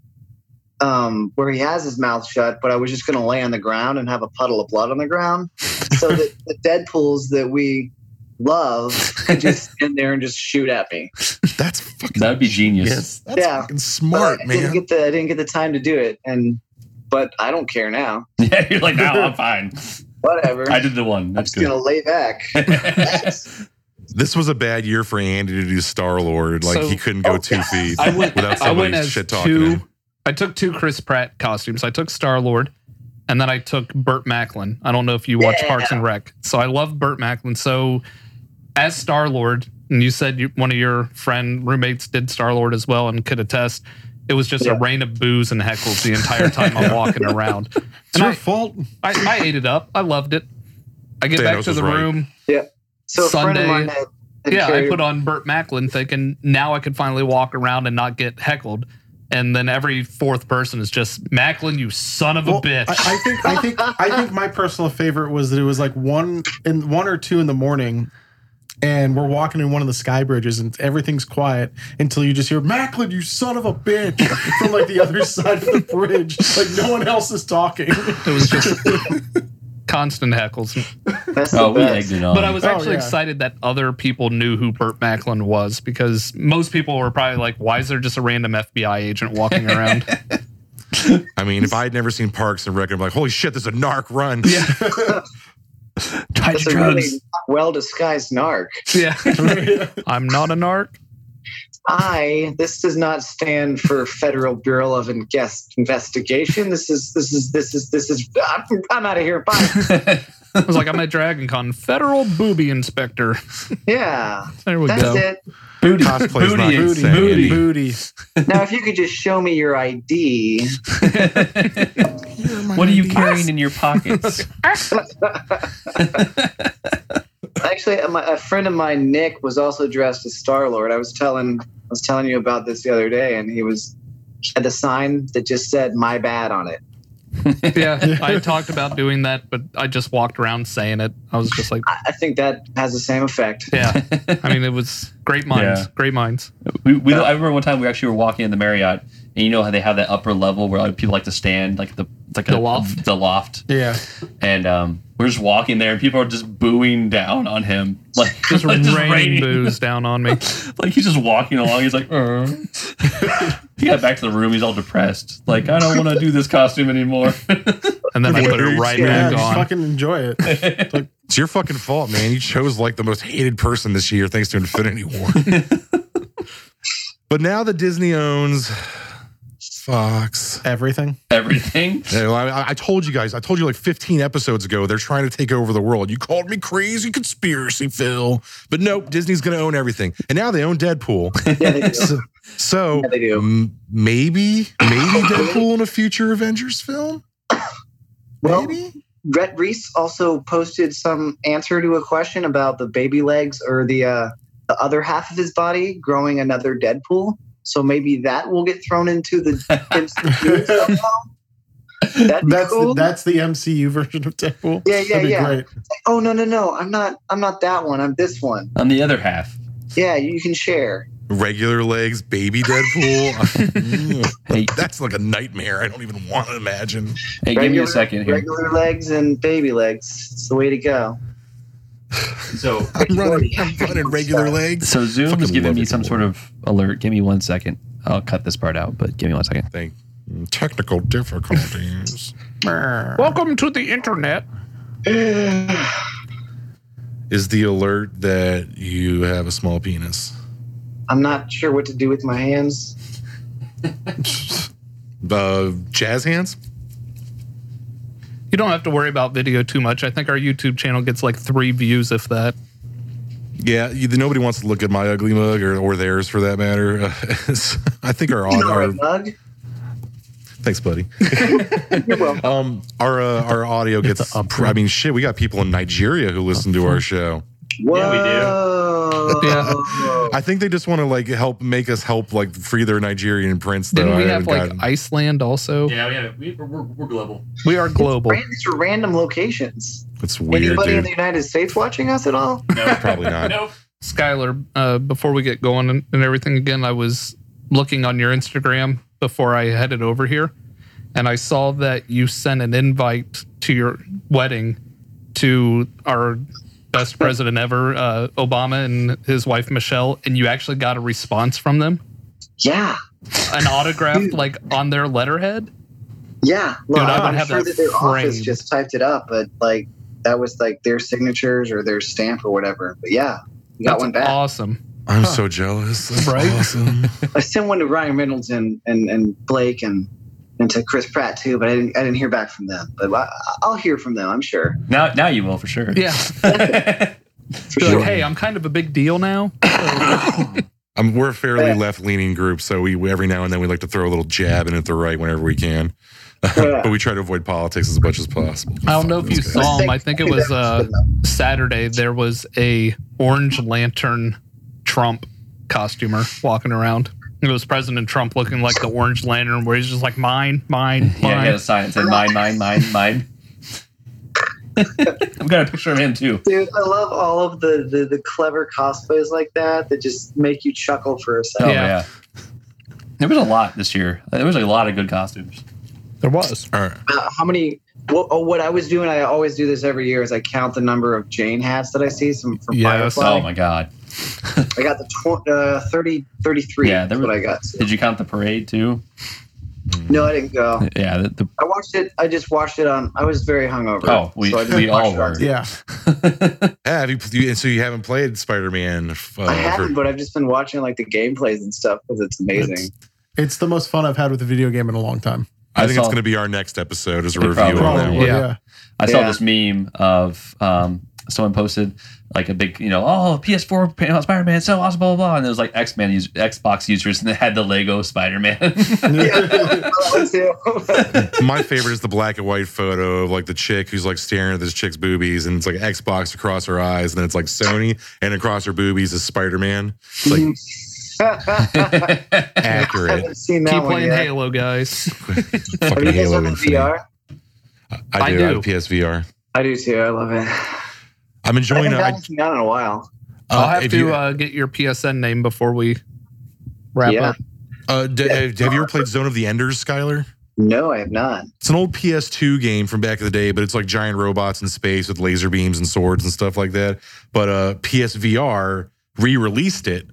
S2: um, where he has his mouth shut, but I was just going to lay on the ground and have a puddle of blood on the ground, so that the Deadpool's that we love could just stand there and just shoot at me.
S4: that's fucking
S1: That would be genius.
S3: Yes.
S4: that's
S2: yeah.
S4: fucking
S2: But
S4: smart,
S2: I
S4: man.
S2: didn't get the I didn't get the time to do it, and but I don't care now.
S1: Yeah, you're like, no, I'm fine.
S2: Whatever.
S1: I did the one.
S2: I'm
S1: That's
S2: just
S1: good.
S2: gonna lay back. That's-
S4: this was a bad year for Andy to do Star Lord. Like
S5: So-
S4: he couldn't go
S2: Oh,
S4: two feet
S5: I went-
S4: without
S5: I went
S4: somebody
S5: as
S4: shit
S5: two-
S4: talking.
S5: I took two Chris Pratt costumes. I took Star Lord, and then I took Burt Macklin. I don't know if you watch
S2: Yeah.
S5: Parks and Rec, so I love Burt Macklin. So, as Star Lord, and you said you, one of your friend roommates did Star Lord as well, and could attest, it was just
S2: Yeah.
S5: a rain of booze and heckles the entire time I'm walking around.
S3: It's your fault.
S5: I, I ate it up. I loved it. I get
S4: Thanos
S5: back to
S4: was
S5: the
S4: right.
S5: room.
S2: so a friend of
S5: Sunday.
S2: mine had, had
S5: Yeah, I
S2: carried-
S5: put on Burt Macklin thinking now I could finally walk around and not get heckled. And then every fourth person is just Macklin, you son of a
S3: Well,
S5: bitch.
S3: I, I think I think I think my personal favorite was that it was like one in one or two in the morning, and we're walking in one of the sky bridges, and everything's quiet until you just hear Macklin, you son of a bitch, from like the other side of the bridge. Like no one else is talking.
S5: it was just constant heckles.
S2: That's the
S1: Oh, we
S2: best.
S1: egged it on.
S5: But I was
S3: Oh,
S5: actually
S3: yeah.
S5: excited that other people knew who Burt Macklin was because most people were probably like, why is there just a random FBI agent walking around?
S4: I mean, if I had never seen Parks and Rec, I'd be like, holy shit, there's a narc run.
S1: tried
S2: That's a
S1: drugs.
S2: really well disguised narc.
S5: yeah. I'm not a narc.
S2: I this does not stand for Federal Bureau of Invest- Investigation. This is this is this is this is I'm, I'm out of here. Bye.
S5: I was like, I'm at Dragon Con, federal booby inspector.
S2: yeah,
S5: There we
S2: that's
S5: go.
S2: it.
S1: booty.
S4: Cosplay is not
S1: Booty.
S4: booty,
S1: Booty.
S4: booty.
S1: Booty.
S3: Booty.
S2: Now, if you could just show me your ID,
S1: what are you carrying in your pockets?
S2: actually, a, my- a friend of mine, Nick, was also dressed as Star Lord. I was telling I was telling you about this the other day, and he was he had the sign that just said "My bad" on it.
S5: Yeah, I had talked about doing that, but I just walked around saying it. I was just like,
S2: I, I think that has the same effect.
S5: yeah. I mean, it was great minds,
S1: Yeah.
S5: great minds.
S1: we, we, I remember one time we actually were walking in the Marriott, and you know how they have that upper level where like, people like to stand, like the it's like
S5: The
S1: a-
S5: loft?
S1: the loft,
S3: Yeah.
S1: and um, we're just walking there, and people are just booing down on him, like
S5: Just
S1: like,
S5: raining booze Uh-huh. down on me.
S1: Like he's just walking along. He's like, uh. he got back to the room. He's all depressed. Like I don't want to do this costume anymore.
S5: And then I put it right
S3: Yeah.
S5: back
S3: Just
S5: on.
S3: fucking enjoy it.
S4: It's your fucking fault, man. You chose like the most hated person this year thanks to Infinity War. but now that Disney owns Fox.
S3: Everything.
S1: Everything.
S4: Yeah, well, I, I told you guys, I told you like 15 episodes ago, they're trying to take over the world. You called me crazy conspiracy, Phil. But nope, Disney's going to own everything. And now they own Deadpool.
S2: Yeah, they do.
S4: so so
S2: Yeah, they do.
S4: m- maybe, maybe Deadpool in a future Avengers film?
S2: Well,
S4: Maybe?
S2: Rhett Reese also posted some answer to a question about the baby legs or the uh, the other half of his body growing another Deadpool. So maybe that will get thrown into the. MCU somehow. That'd be
S3: That's
S2: cool.
S3: the, that's the MCU version of Deadpool.
S2: Yeah, yeah,
S3: That'd be
S2: yeah.
S3: Great.
S2: oh no no no! I'm not I'm not that one. I'm this one.
S1: On the other half,
S2: Yeah, you can share.
S4: Regular legs, baby Deadpool.
S1: hey,
S4: That's like a nightmare. I don't even want to imagine.
S1: hey, give me a second here.
S2: Regular legs and baby legs. It's the way to go.
S1: So,
S4: I'm running, I'm running regular legs.
S1: so Zoom
S4: Fucking
S1: is giving
S4: love
S1: me
S4: it.
S1: some sort of alert. Give me one second. I'll cut this part out, but give me one second.
S4: Thank technical difficulties.
S5: Welcome to the internet.
S4: Is the alert that you have a small penis?
S2: I'm not sure what to do with my hands.
S4: Uh, jazz hands?
S5: You don't have to worry about video too much. I think our YouTube channel gets like three views, if that.
S4: Yeah, you, nobody wants to look at my ugly mug or, or theirs for that matter. I think our,
S2: You
S4: au-
S2: know, a
S4: our
S2: mug.
S4: thanks, buddy.
S2: You're welcome.
S4: Um, our uh, our audio gets. pr- I mean, shit, we got people in Nigeria who listen to our show.
S2: Whoa.
S1: we do.
S4: I think they just want to like help make us help like free their Nigerian prince. Though
S5: Didn't we
S4: I
S5: have
S4: haven't
S5: like
S4: gotten-
S5: Iceland also?
S1: Yeah, yeah, we, we're, we're global.
S5: We are global.
S2: Ran- These are random locations.
S4: it's weird,
S2: Anybody in
S4: dude.
S2: the United States watching us at all?
S1: No,
S4: Probably not.
S1: no.
S5: Skylar, uh, before we get going and, and everything again, I was looking on your Instagram before I headed over here, and I saw that you sent an invite to your wedding to our best president ever, uh, Obama, and his wife Michelle, and you actually got a response from them,
S2: Yeah.
S5: an autograph
S2: Dude.
S5: like on their letterhead.
S2: Yeah. Look,
S5: Dude, I would
S2: I'm
S5: have
S2: sure
S5: that
S2: that their office
S5: framed.
S2: just typed it up, but like that was like their signatures or their stamp or whatever. But yeah, we got
S5: That's
S2: one back.
S5: awesome.
S4: I'm so jealous. That's
S5: Right?
S4: awesome.
S2: I sent one to Ryan Reynolds and, and, and Blake and, and to Chris Pratt too, but I didn't, I didn't hear back from them. But I, I'll hear from them, I'm sure.
S1: Now, now you will for sure.
S5: Yeah.
S2: For
S5: Be like,
S2: sure.
S5: hey, I'm kind of a big deal now.
S4: i we're a fairly
S2: Yeah.
S4: left-leaning group, so we every now and then we like to throw a little jab in at the right whenever we can.
S2: Yeah.
S4: but we try to avoid politics as much as possible.
S5: I don't know if
S4: Fuck
S5: you
S4: those
S5: saw
S4: guys.
S5: Um, I think it was, uh, Saturday there was a orange lantern Trump costumer walking around. It was President Trump looking like the orange lantern where he's just like mine, mine, mine.
S1: Yeah, he had a sign that said mine, mine, mine, mine. I've got a picture of him too.
S2: Dude, I love all of the, the, the clever cosplays like that that just make you chuckle for a
S1: Oh
S2: second.
S1: yeah.
S5: Yeah.
S1: There was a lot this year. There was a lot of good costumes.
S5: There was.
S4: All right.
S2: Uh, how many? What, oh, what I was doing, I always do this every year, is I count the number of Jane hats that I see some from
S5: Yes.
S2: Firefly.
S1: Oh my god!
S2: I got the tw- uh, 30, 33.
S1: Yeah,
S2: Yeah,
S1: there
S2: that's
S1: were-
S2: what I got.
S1: Did you count the parade too?
S2: No, I didn't go.
S1: Yeah. The, the,
S2: I watched it. I just watched it on. I was very hungover.
S1: oh, we
S2: so I just
S1: we
S2: watched
S1: all
S2: it on-
S1: were.
S3: Yeah.
S4: Yeah, have you, you? and So you haven't played Spider-Man?
S1: Oh,
S4: Uh,
S2: I haven't,
S4: for-
S2: but I've just been watching like the gameplays and stuff because it's amazing.
S3: It's the most fun I've had with a video game in a long time.
S4: I think
S1: I
S4: it's
S1: saw-
S4: going to be our next episode as a
S1: It
S4: review
S1: probably
S4: on that
S1: will.
S3: Probably,
S4: one.
S5: Yeah.
S3: yeah.
S1: I saw
S2: Yeah.
S1: this meme of um, someone posted like a big, you know, oh PS4 came out, Spider-Man so awesome, blah blah blah, and it was like X-Men, us- Xbox users, and they had the Lego Spider-Man.
S2: Yeah, I too.
S4: My favorite is the black and white photo of like the chick who's like staring at this chick's boobies, and it's like Xbox across her eyes, and then it's like Sony, and across her boobies is Spider-Man. It's like
S2: I
S4: accurate.
S2: haven't seen that
S5: Keep
S2: one
S5: playing
S2: yet.
S5: Halo, guys.
S2: Are you
S4: Fucking
S2: guys
S4: Halo
S2: on the
S4: Infinite.
S2: VR?
S4: I
S5: I
S4: do. I
S5: do.
S4: have a PSVR.
S2: I do too. I love it.
S4: I'm
S2: I
S4: enjoying uh,
S2: haven't
S4: it.
S2: gotten one
S4: I-
S2: out in a while.
S5: I'll
S4: uh,
S5: have
S4: if
S5: to
S4: you-
S5: uh, get your PSN name before we wrap
S2: Yeah.
S5: up.
S4: Uh, d- have you ever played Zone of the Enders, Skylar?
S2: No, I have not.
S4: It's an old PS2 game from back of the day, but it's like giant robots in space with laser beams and swords and stuff like that. But uh, PSVR re-released it,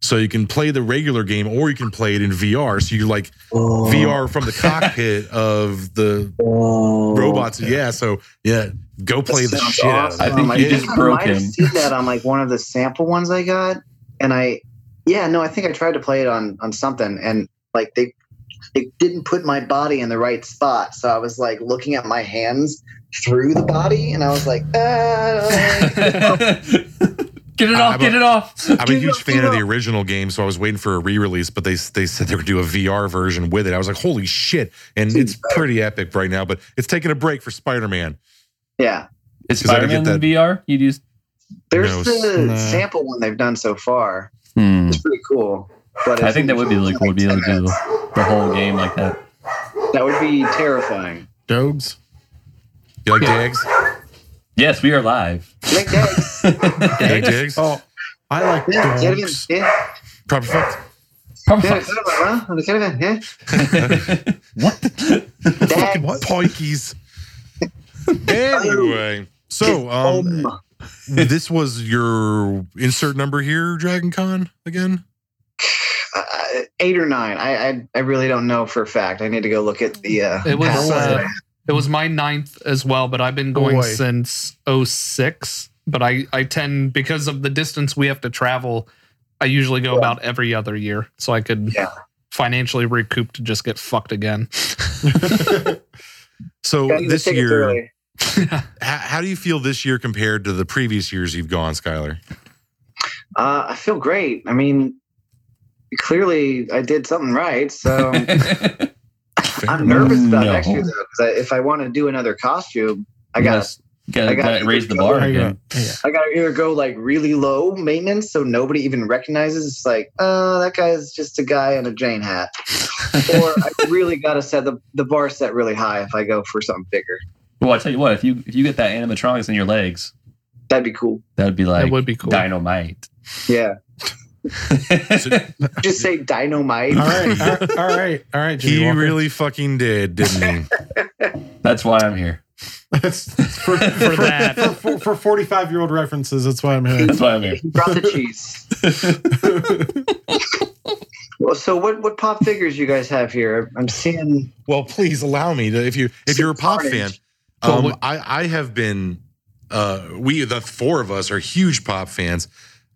S4: so you can play the regular game or you can play it in VR. So you like
S2: Uh-huh.
S4: VR from the cockpit of the robots. Yeah. so yeah, go play the
S2: sounds
S4: shit out of
S1: I
S4: it.
S1: awesome. think
S2: I
S1: you
S2: think
S1: just
S2: I
S1: broke
S2: might have
S1: him.
S2: seen that on like one of the sample ones I got, and I, yeah, no, I think I tried to play it on on something, and like they, it didn't put my body in the right spot, so I was like looking at my hands through the body, and I was like, ah,
S1: get it
S4: I-
S1: off!
S4: I'm
S1: get
S4: a-
S1: it off!
S4: I'm a
S2: Give
S4: huge
S2: up,
S4: fan
S2: give
S4: of the
S2: up.
S4: original game, so I was waiting for a re-release, but they they said they were doing a VR version with it. I was like, holy shit! And
S2: Dude,
S4: it's pretty epic right now, but it's taking a break for Spider-Man.
S2: Yeah.
S1: Is
S4: Because I
S1: Spider
S4: don't get
S1: Man in
S4: that-
S1: VR? You'd use.
S2: There's
S4: No,
S2: the
S3: nah.
S2: sample one they've done so far.
S1: Hmm.
S2: It's pretty cool. But
S1: I
S2: it's-
S1: think that would be really cool to be able to do the whole game like that.
S2: That would be terrifying.
S3: Dogs.
S4: You like Dags?
S1: Yes, we are live.
S2: Nick Daggs.
S4: You like Dags?
S3: Oh, I like
S2: Yeah, get him in.
S3: dogs.
S2: Yeah.
S4: Proper fucked.
S2: Yeah, get him in, huh? Get him in, yeah.
S1: what?
S2: Daggs.
S4: What? Poikies. anyway. So, um,
S2: Um,
S4: this was your insert number here, Dragon Con again.
S2: uh, eight or nine. I, I I really don't know for a fact. I need to go look at the. Uh,
S5: It was,
S2: past
S5: uh,
S2: that.
S5: It was my ninth as well, but I've been going
S3: Boy.
S5: since 06. But I, I tend, because of the distance we have to travel, I usually go about every other year. So I could
S2: Yeah.
S5: financially recoup to just get fucked again.
S4: So
S2: Gotta
S4: this
S2: take it
S4: year,
S2: early.
S4: how, how do you feel this year compared to the previous years you've gone, Skylar?
S2: Uh, I feel great. I mean, clearly I did something right. So I'm nervous about
S1: No.
S2: next year though, because if I want to do another costume, I got to I
S1: Gotta,
S2: gotta
S1: gotta raise the bar
S3: Hang
S1: again.
S3: on. Yeah.
S2: I got to either go like really low maintenance so nobody even recognizes. It's like, oh, that guy's just a guy in a Jane hat, or I really got to set the the bar set really high if I go for something bigger.
S1: Well, I tell you what, if you if you get that animatronics in your legs,
S2: That'd be cool.
S1: that'd be like
S5: that would be cool.
S1: dynamite.
S2: Yeah,
S1: So-
S2: just say dynamite.
S3: All right, all right, all right, all right. Jimmy
S4: He
S3: Walker.
S4: really fucking did, didn't
S1: That's why I'm here.
S3: That's- for, for
S5: that.
S3: for- for, for forty-five year old references. That's why I'm here.
S1: That's why I'm here.
S2: He brought the cheese. well, so what what pop figures you guys have here? I'm seeing.
S4: he? Well, please allow me to. If you if you're a pop
S2: Carnage.
S4: fan,
S5: Well,
S4: um,
S5: what-
S4: I I have been. Uh, we the four of us are huge pop fans.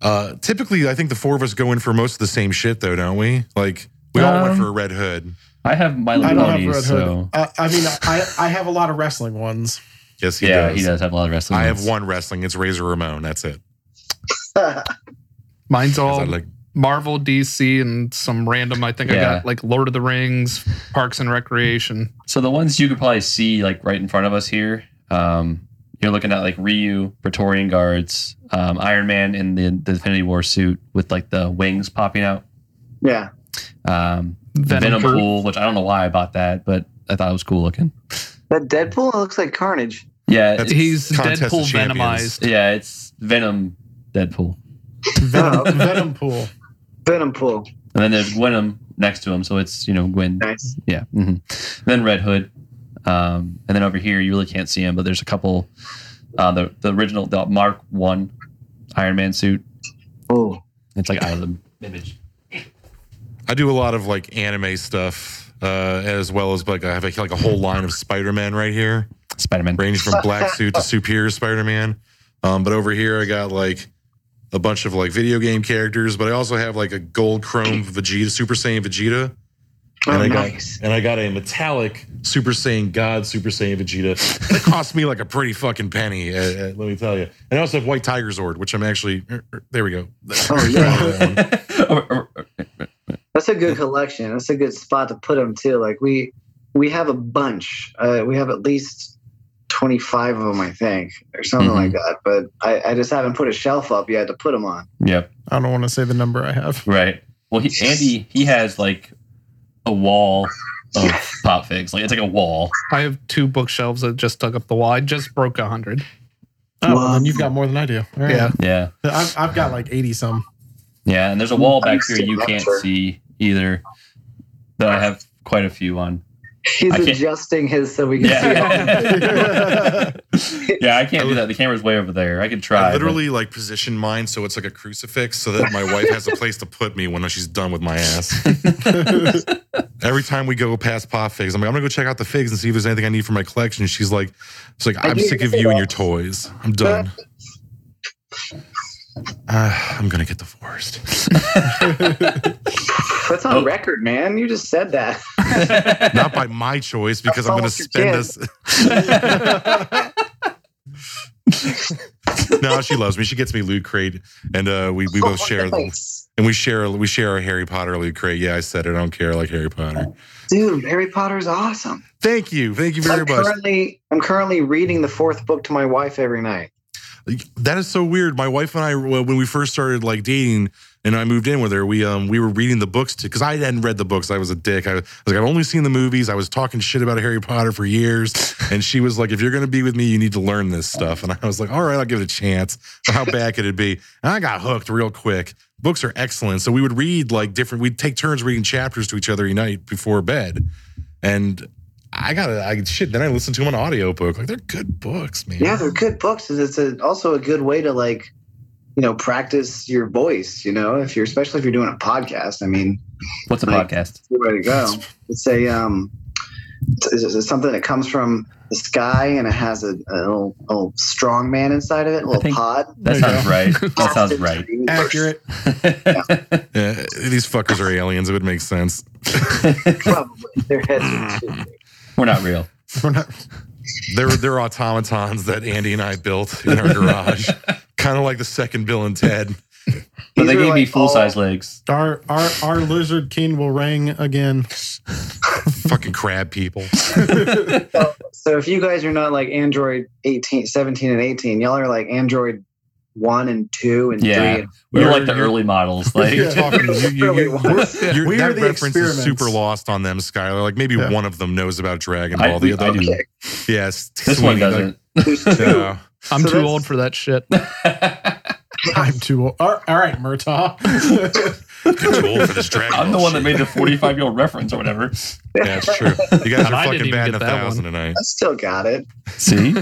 S4: Uh, typically, I think the four of us go in for most of the same shit, though, don't we? Like we all went
S1: Um,
S4: for a Red Hood.
S1: I have my
S3: I
S1: Little
S3: don't have Red Hood.
S1: Ponies, so
S3: Uh, I mean, I, I have a lot of wrestling ones.
S4: Yes, he
S1: yeah,
S4: does.
S1: he does have a lot of wrestling.
S4: I have
S1: moves.
S4: one wrestling. It's Razor Ramon. That's it.
S5: Mine's
S4: 'Cause I
S5: all
S4: like-
S5: Marvel, DC, and some random. I think I
S1: Yeah.
S5: got like Lord of the Rings, Parks and Recreation.
S1: So the ones you could probably see like right in front of us here, um, you're looking at like Ryu, Praetorian guards, um, Iron Man in the, the Infinity War suit with like the wings popping out.
S2: Yeah,
S1: Um,
S5: Venom
S1: Venom,
S5: Pool.
S1: Pool, which I don't know why I bought that, but I thought it was cool looking.
S2: that Deadpool looks like Carnage.
S1: Yeah,
S4: That's-
S1: it's-
S5: He's
S4: Contest of
S5: Deadpool
S4: Champions.
S5: venomized.
S1: yeah, it's Venom, Deadpool,
S3: Venom,
S2: Oh.
S3: Venom Pool.
S2: Venom pool.
S1: and then there's Gwenum next to him, so it's you know Gwen.
S2: Nice.
S1: Yeah, hmm then Red Hood, um, and then over here you really can't see him, but there's a couple. Uh, the the original the Mark One Iron Man suit.
S2: Oh,
S1: It's like out of the image.
S4: I do a lot of like anime stuff, uh, as well as like I have like, like a whole line of Spider Man right here,
S1: Spider Man.
S4: range from black suit to superior Spider Man. Um, but over here, I got like a bunch of like video game characters, but I also have like a gold chrome Vegeta, Super Saiyan Vegeta,
S2: oh
S4: and I got
S2: nice.
S4: and I got a metallic Super Saiyan God Super Saiyan Vegeta. That cost me like a pretty fucking penny, uh, uh, let me tell you. And I also have White Tiger Zord, which I'm actually er, er, there. We go.
S2: Oh, yeah.
S1: Or- or- or-
S2: That's a good collection. That's a good spot to put them too. Like we we have a bunch. Uh, we have at least twenty five of them, I think, or something
S1: Mhm.
S2: like that. But I, I just haven't put a shelf up yet to put them on.
S1: yep.
S3: I don't want to say the number I have.
S1: Right. Well, he, Andy he has like a wall of pop figs. Like it's like a wall.
S5: I have two bookshelves that just took up the wall. I just broke a hundred.
S3: Oh, well, then you've got more than I do. All right.
S5: Yeah.
S1: Yeah.
S3: I've, I've got like eighty some.
S1: Yeah. And there's a wall back here
S2: Understood.
S1: you can't see either. That I have quite a few on.
S2: He's
S1: I can't-
S2: adjusting his so we can see. All.
S1: Yeah. yeah, I can't do that. The camera's way over there. I could try.
S4: I
S1: but-
S4: literally like position mine so it's like a crucifix so that my wife has a place to put me when she's done with my ass. Every time we go past Pop Figs, I'm like, I'm gonna go check out the figs and see if there's anything I need for my collection. She's like, she's like,
S2: I
S4: I'm
S2: do
S4: sick of
S2: say
S4: you and
S2: that.
S4: your toys. I'm done. Uh, I'm gonna get divorced.
S2: That's on
S1: Oh.
S2: record, man. You just said that.
S4: Not by my choice because
S2: That's
S4: I'm gonna
S2: almost your
S4: spend
S2: kid.
S4: this. no, she loves me. She gets me loot crate, and uh, we we both share them.
S2: Oh, Nice.
S4: and we share we share a Harry Potter loot crate. Yeah, I said it. I don't care. I like Harry Potter.
S2: Dude, Harry Potter's awesome.
S4: Thank you, thank you very
S2: I'm
S4: much.
S2: currently I'm currently reading the fourth book to my wife every night.
S4: That is so weird. My wife and I, well, when we first started like dating, and I moved in with her, we um we were reading the books because I hadn't read the books. I was a dick. I was like, I've only seen the movies. I was talking shit about Harry Potter for years, and she was like, If you're gonna be with me, you need to learn this stuff. And I was like, All right, I'll give it a chance. How bad could it be? And I got hooked real quick. Books are excellent. So we would read like different. We'd take turns reading chapters to each other each night before bed, and. I gotta, I shit. Then I listened to them on audiobook. Like they're good books, man.
S2: Yeah, they're good books. and It's a, also a good way to like, you know, practice your voice. You know, if you're especially if you're doing a podcast. I mean,
S1: What's a
S2: Like-
S1: podcast?
S2: it's the way to go. It's a um, it's, it's something that comes from the sky and it has a, a little, little strong man inside of it, a little
S1: think-
S2: pod.
S1: That
S3: There you
S1: sounds right. That sounds right.
S3: Accurate.
S4: Yeah, these fuckers are aliens. It would make sense.
S2: Probably their heads.
S1: Hmm.
S2: Are too big.
S1: We're not real.
S3: We're not,
S4: They're they're automatons that Andy and I built in our garage, kind of like the second Bill and Ted.
S1: But they
S2: These are,
S1: gave me
S2: like,
S1: full size
S2: all-
S1: legs.
S3: our our our lizard king will ring again.
S4: Fucking crab people.
S2: So if you guys are not like Android 18, 17 and 18, y'all are like Android 1 and 2 and
S1: Yeah.
S2: 3.
S1: We were
S4: You're-
S1: like the
S4: you're-
S1: early models. Like
S4: You're talking. You, you,
S2: Really
S4: you,
S2: was.
S4: you're-
S3: We are
S4: that
S3: the
S4: reference is
S3: experiments.
S4: super lost on them, Skylar. Like maybe
S3: Yeah.
S4: one of them knows about Dragon
S1: I-
S4: Ball. the
S1: I
S4: other,
S1: do.
S2: Okay.
S4: yes.
S1: this
S4: Sweeney,
S1: one doesn't.
S2: There's
S4: like,
S2: two.
S4: no.
S5: I'm
S2: So
S5: too
S2: that's-
S5: old for that shit.
S3: I'm too old. All all right, Murtaugh.
S4: Good tool for this Dragon.
S1: I'm the
S4: Ball
S1: one that
S4: shit.
S1: made the 45 year old reference or whatever.
S4: Yeah, it's true. You guys
S5: And I
S4: are
S5: didn't
S4: fucking
S5: even
S4: bad in
S5: get
S4: a
S5: that
S4: thousand tonight.
S2: I still got it.
S1: See,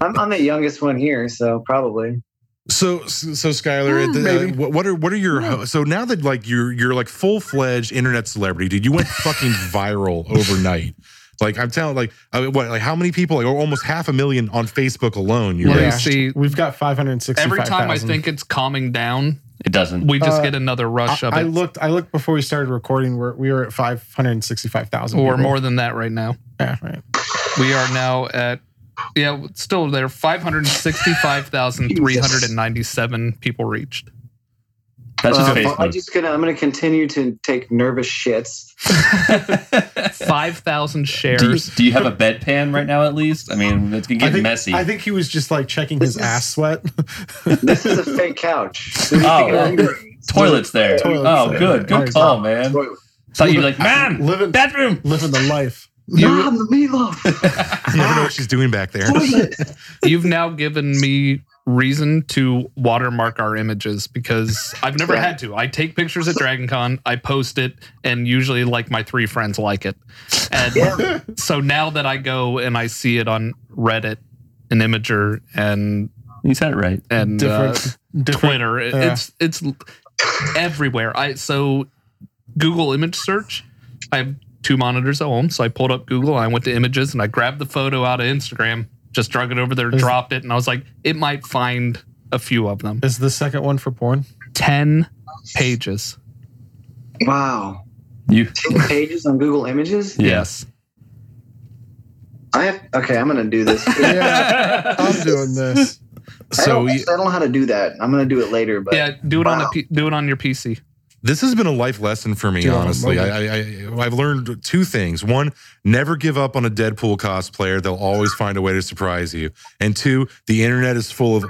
S2: I'm, I'm the youngest one here, so probably.
S4: So, so so, Skylar,
S3: Hmm,
S4: at the-
S3: maybe.
S4: uh, what, what are what are your ho- so now that like you're you're like full fledged internet celebrity, dude? You went fucking viral overnight. Like I'm telling, like I mean, what, like how many people? Like almost half a million on Facebook alone. You
S5: Let me
S4: raised.
S5: see.
S3: We've got five hundred sixty-five.
S5: Every time I think it's calming down,
S1: it doesn't.
S5: we just
S3: Uh,
S5: get another rush
S3: I,
S5: of
S3: I
S5: it,
S3: looked. I looked before we started recording. We're, we were at five hundred sixty-five thousand
S5: or more than that right now.
S3: Yeah, right.
S5: We are now at yeah, it's still there. Five hundred sixty-five thousand three hundred and ninety-seven people reached.
S1: That's just
S2: Uh, I'm
S1: Facebook.
S2: just gonna I'm gonna continue to take nervous shits.
S5: Five thousand
S1: Do you,
S5: shares.
S1: do you have a bedpan right now? At least, I mean, it's gonna
S3: I
S1: get
S3: think,
S1: messy.
S3: I think he was just like checking
S2: This
S3: his
S2: is-
S3: ass sweat.
S2: This is a fake couch. What do you
S1: Oh,
S2: think
S1: well,
S2: I'm doing?
S1: Toilets there.
S3: Toilets
S1: oh,
S3: there.
S1: good,
S3: Alright,
S1: good call, man.
S2: Toilet.
S1: Thought you'd be like, man,
S3: living
S1: bathroom.
S3: living the life.
S2: Mom, the meatloaf.
S4: You never know what she's doing back there.
S2: Toilet.
S5: You've now given me reason to watermark our images because I've never had to. I take pictures at Dragon Con, I post it, and usually like my three friends like it. And
S2: Yeah.
S5: so now that I go and I see it on Reddit and Imager and
S1: You said it right.
S5: and uh,
S3: Different, different.
S5: Twitter, it-
S3: yeah.
S5: it's it's everywhere. I so Google image search. I have two monitors at home, so I pulled up Google. I went to images and I grabbed the photo out of Instagram, just drug it over there,
S3: Is-
S5: dropped it, and I was like, it might find a few of them.
S3: Is the second one for porn?
S5: Ten pages.
S2: Wow.
S1: You,
S2: Ten pages on Google Images?
S1: yes.
S2: I have okay, I'm gonna do this.
S3: I'm doing this.
S2: I
S4: So
S2: don't, actually, I don't know how to do that. I'm gonna do it later, but
S5: yeah, do it on a
S2: wow.
S5: P- do it on your PC.
S4: this has been a life lesson for me,
S3: Dude, I'm
S4: honestly.
S3: loving
S4: I, I, I I've learned two things: one, never give up on a Deadpool cosplayer; they'll always find a way to surprise you. And two, the internet is full of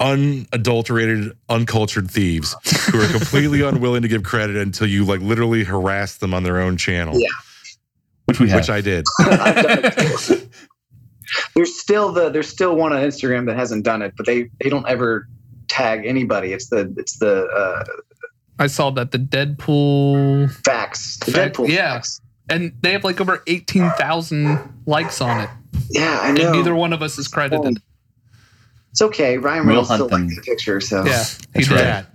S4: unadulterated, uncultured thieves who are completely unwilling to give credit until you like literally harass them on their own channel,
S2: Yeah.
S1: Which we have.
S4: which I did.
S2: I've done it before. There's still the there's still one on Instagram that hasn't done it, but they they don't ever tag anybody. It's the it's the uh,
S5: I saw that the Deadpool,
S2: facts. The
S5: Fact-
S2: Deadpool
S5: yeah.
S2: facts.
S5: and they have like over eighteen thousand likes on it,
S2: Yeah, I know.
S5: and neither one of us is credited.
S2: It's okay. Ryan
S1: We'll
S2: Reynolds
S1: hunt
S2: still
S1: them.
S2: liked the picture, so
S5: Yeah, he
S1: That's
S5: did.
S1: right.
S4: That,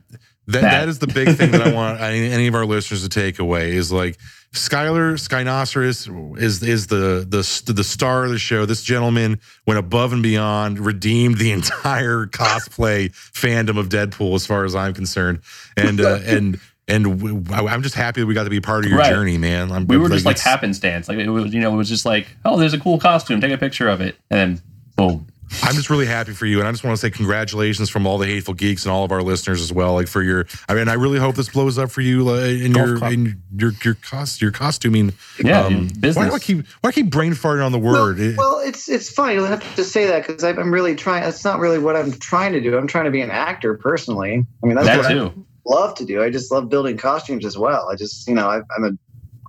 S1: That.
S4: that is the big thing that I want any any of our listeners to take away is like Skylar Skynoceros is is the the the star of the show. This gentleman went above and beyond, redeemed the entire cosplay fandom of Deadpool, as far as I'm concerned, and uh, and. And w- I- I'm just happy that we got to be part of your
S1: Right.
S4: journey, man. I'm,
S1: we were just like
S4: it's-
S1: happenstance. Like it was, you know, it was just like, oh, there's a cool costume. Take a picture of it, and then boom.
S4: I'm just really happy for you, and I just want to say congratulations from all the hateful geeks and all of our listeners as well. Like for your, I mean, I really hope this blows up for you uh, in
S3: Golf
S4: your
S3: club.
S4: in your your cost your costuming.
S1: Yeah,
S4: um,
S1: dude,
S4: why
S1: business.
S4: do I keep why do I keep brain farting on the word?
S2: Well,
S4: It-
S2: well, it's it's fine. You'll have to say that because I'm really trying. That's not really what I'm trying to do. I'm trying to be an actor personally. I mean, that's
S1: that
S2: what I
S1: too.
S2: love to do. I just love building costumes as well. I just, you know, I, I'm a,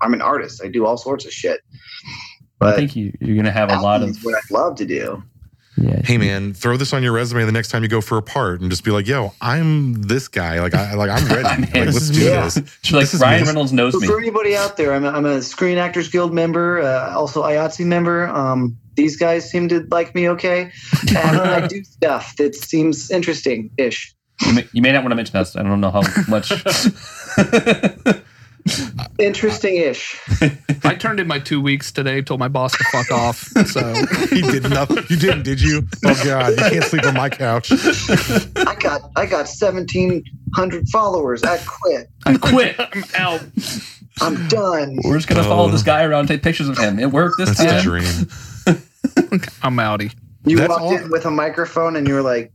S2: I'm an artist. I do all sorts of shit.
S1: I
S2: But
S1: think you, you're going to have a lot
S2: acting
S1: of.
S2: is what I love to do.
S1: Yeah.
S4: hey man, throw this on your resume the next time you go for a part, and just be like, "Yo, I'm this guy. Like, I like I'm ready. like,
S1: Man,
S3: this
S4: let's do
S3: is-
S2: yeah.
S4: this."
S1: She's like,
S4: This is
S1: Ryan
S4: me.
S1: Reynolds knows
S2: So
S1: me.
S2: for anybody out there, I'm a, I'm a Screen Actors Guild member, uh, also IATSE member. Um, these guys seem to like me okay, and I do stuff that seems interesting-ish.
S1: You may, you may not want to mention that. so I don't know how much.
S2: Interesting-ish.
S5: I turned in my two weeks today, told my boss to fuck off. So
S4: you did nothing. You didn't, did you? Oh god, you can't sleep on my couch.
S2: I got I got 1,700 followers. I quit.
S1: I quit.
S5: I'm out.
S2: I'm done.
S1: We're just going to
S4: Oh.
S1: follow this guy around and take pictures of him. It worked this
S4: That's the
S1: time.
S4: dream.
S5: I'm outie.
S2: You
S4: That's
S2: walked
S4: all-
S2: in with a microphone and you were like,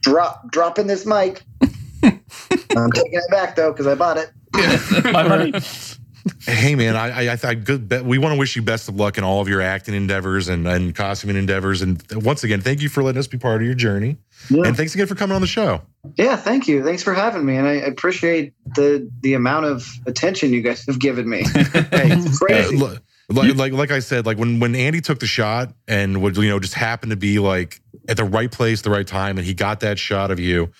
S2: "Drop, dropping this mic." I'm taking it back though because I bought it.
S1: My money.
S4: Hey man, I I, I, I good bet we want to wish you best of luck in all of your acting endeavors and and costuming endeavors. And once again, thank you for letting us be part of your journey.
S2: Yeah.
S4: And thanks again for coming on the show.
S2: Yeah, thank you. Thanks for having me, and I appreciate the the amount of attention you guys have given me. It's crazy.
S4: Look, Like, like like I said, like when when Andy took the shot and would you know just happened to be like at the right place, the right time, and he got that shot of you,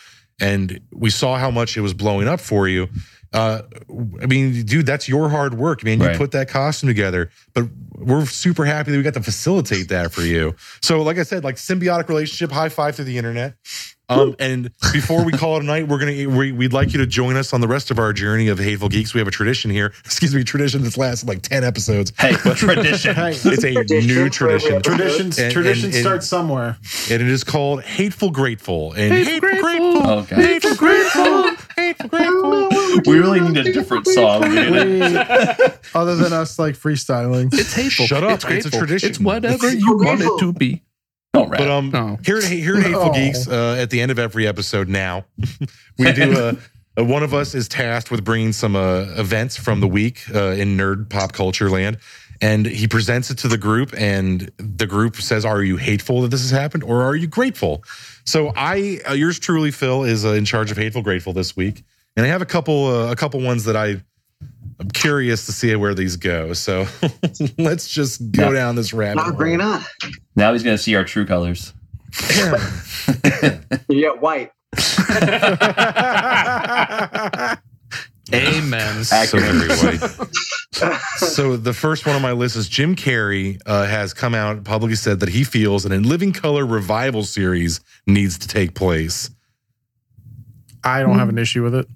S4: and we saw how much it was blowing up for you. Uh, I mean, dude, that's your hard work, man. You
S1: Right.
S4: put that costume together, but we're super happy that we got to facilitate that for you. So, like I said, like symbiotic relationship, high five through the internet. Um, and before we call it a night, we're gonna we, we'd like you to join us on the rest of our journey of hateful geeks. We have a tradition here. Excuse me, tradition that's lasted like ten episodes.
S1: Hey, tradition.
S3: Hey,
S4: It's a
S2: Tradition
S4: new
S2: for every
S4: tradition,
S2: episode.
S3: traditions
S4: And-
S3: tradition
S4: and- and-
S3: starts somewhere.
S4: and it is called hateful grateful. And hateful,
S1: Oh,
S4: grateful,
S1: God.
S4: hateful grateful, hateful grateful.
S1: We really need a different song. We need a-
S3: other than us like freestyling.
S5: It's hateful.
S4: Shut up.
S5: It's,
S4: It's a
S5: grateful.
S4: tradition.
S5: It's whatever
S2: It's
S5: you want
S2: hateful.
S5: it to be. Oh.
S1: Don't
S4: But
S1: rap.
S4: um,
S5: No.
S4: here at, here at Hateful
S3: No.
S4: Geeks, uh, at the end of every episode now, we do uh, uh, one of us is tasked with bringing some uh, events from the week uh, in nerd pop culture land. And he presents it to the group, and the group says, "Are you hateful that this has happened, or are you grateful?" So I, uh, yours truly, Phil, is uh, in charge of hateful grateful this week, and I have a couple, uh, a couple ones that I, I'm curious to see where these go. So let's just go
S1: Yeah.
S4: down this rabbit.
S2: Now
S4: hole.
S2: bring it on.
S1: Now he's going to see our true colors.
S2: Yeah, white.
S5: Amen.
S4: So
S1: Accurate.
S4: very white. so the first one on my list is Jim Carrey uh, has come out and publicly said that he feels an In Living Color revival series needs to take place.
S3: I don't have an issue with it.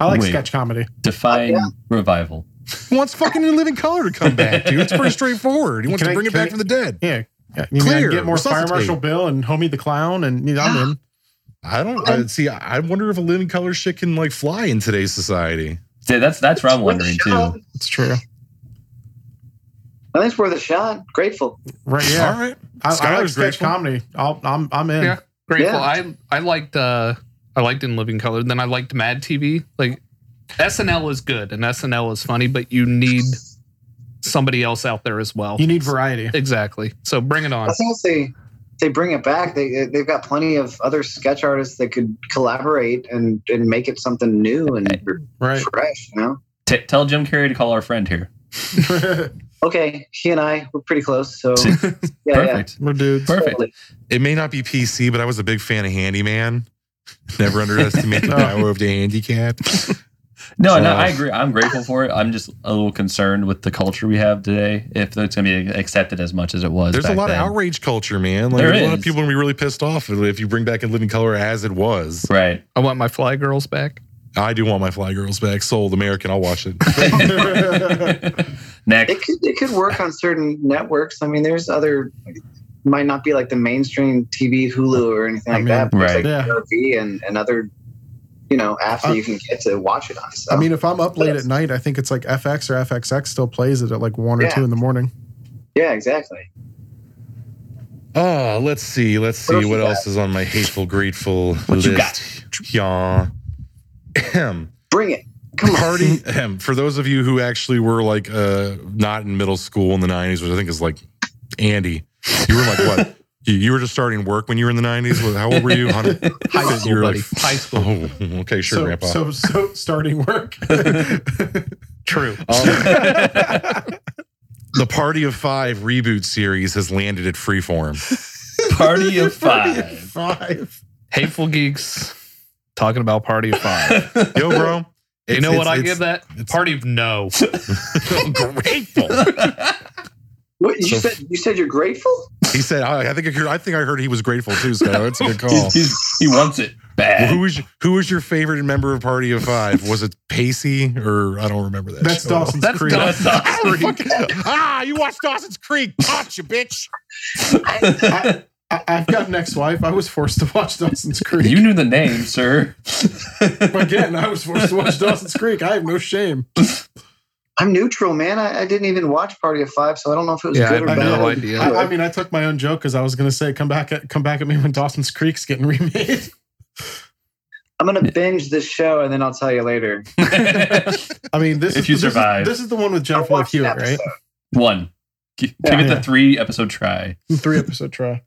S3: I like
S1: Wait.
S3: sketch comedy.
S1: Define revival.
S4: He wants fucking In Living Color to come back, dude. It's pretty straightforward. He wants
S3: Can
S4: to
S3: I-
S4: bring it
S3: can
S4: back
S3: I-
S4: from the dead.
S3: Yeah. yeah. You mean
S4: Clear.
S3: I get more Fire
S4: Resuscitate.
S3: Marshal Bill and Homie the Clown and you know, I'm in.
S4: I don't I, see. I I wonder if a Living Color shit can like fly in today's society.
S1: Yeah, that's that's what I'm wondering
S2: Shot.
S1: too.
S3: It's true.
S2: I think it's worth a shot. Grateful.
S3: Right. Yeah.
S4: All right.
S3: I, I like
S4: Skylar's
S3: sketch
S4: grateful.
S3: comedy. I'll, I'm I'm in.
S5: Yeah. Grateful.
S2: Yeah.
S5: I I liked uh I liked In Living Color. Then I liked Mad TV. Like SNL is good and SNL is funny, but you need somebody else out there as well.
S3: You need variety.
S5: Exactly. So bring it on.
S2: I think if they they bring it back. They they've got plenty of other sketch artists that could collaborate and and make it something new and
S3: Right.
S2: fresh. You know.
S1: T- tell Jim Carrey to call our friend here.
S2: Okay, he and I we're pretty close. So Oh. yeah, yeah.
S1: Perfect.
S3: We're dudes.
S1: Perfect.
S4: It may not be PC, but I was a big fan of Handyman. Never underestimate the power of the handicap.
S1: No, no,
S4: So-
S1: I agree. I'm grateful for it. I'm just a little concerned with the culture we have today. If it's going to be accepted as much as it was,
S4: There's a
S1: back
S4: lot
S1: then.
S4: of outrage culture, man. Like
S1: There
S4: there's a lot of
S1: is.
S4: people gonna be really pissed off if you bring back in living color as it was.
S1: Right.
S5: I want my fly girls back.
S4: I do want my Fly Girls back. Sold American. I'll watch it.
S2: It
S1: Next.
S2: could it could work on certain networks. I mean, there's other might not be like the mainstream TV, Hulu, or anything
S3: I
S2: like
S3: mean,
S2: that. But
S1: right.
S2: There's
S3: Yeah.
S2: like RV and and other you know apps
S3: Uh,
S2: that you can get to watch it on. So.
S3: I mean, if I'm up late at night, I think it's like FX or FXX still plays it at like one or
S2: Yeah.
S3: two in the morning.
S2: yeah, exactly.
S4: Oh, let's see. Let's see
S2: What else
S4: what,
S2: you got?
S4: else is on my hateful grateful
S1: What
S4: list.
S1: you got?
S4: Yeah. Ahem.
S2: Bring it. Come on.
S4: Party. Ahem. For those of you who actually were like uh, not in middle school in the '90s, which I think is like Andy, you were like what? You, you were just starting work when you were in the '90s. What- How old were you? Hundred-
S5: High
S4: you
S5: school,
S4: were
S5: buddy.
S4: like
S5: High school.
S4: Oh, okay, sure,
S3: so,
S4: Grandpa.
S3: so so starting work.
S5: True.
S4: Um, the Party of Five reboot series has landed at Freeform.
S1: Party of
S3: Party of
S1: five.
S3: five.
S5: Hateful geeks talking about party of five.
S4: Yo, bro.
S5: you
S4: it's-
S5: know what
S4: it's-
S5: I
S4: it's-
S5: give that? Party of no.
S4: grateful.
S2: What, you
S4: So-
S2: said you said you're grateful?
S4: He said, I, I think I, heard, I think I heard he was grateful too, Skylar. That's a good call.
S1: He's- he's- he wants it
S4: Well, Oh. who
S1: bad.
S4: was who was your favorite member of Party of Five? Was it Pacey or I don't remember that.
S3: That's
S4: show.
S3: Dawson's
S5: That's
S3: Creek.
S5: Dawson.
S1: That's not-
S4: I don't fucking- ah, you watched Dawson's Creek. Caught you, bitch.
S3: I, I, I've got an ex-wife. I was forced to watch Dawson's Creek.
S1: You knew the name, sir.
S3: Again, I was forced to watch Dawson's Creek. I have no shame.
S2: I'm neutral, man. I, I didn't even watch Party of Five, so I don't know if it was
S5: Yeah, I
S2: good or
S5: have
S2: bad.
S5: no idea.
S3: I, I mean, I took my own joke because I was going to say, "Come back, at, come back at me when Dawson's Creek's getting remade."
S2: I'm gonna binge this show and then I'll tell you later.
S3: I mean, this
S1: If
S3: is
S1: you
S3: this is-
S1: survive.
S3: This is the one with Jennifer
S2: I'll
S3: Love
S2: watch an
S3: Hewitt, right?
S2: episode.
S1: One. G-
S2: Yeah,
S1: Give it
S3: yeah.
S1: the three episode try.
S3: Three episode try.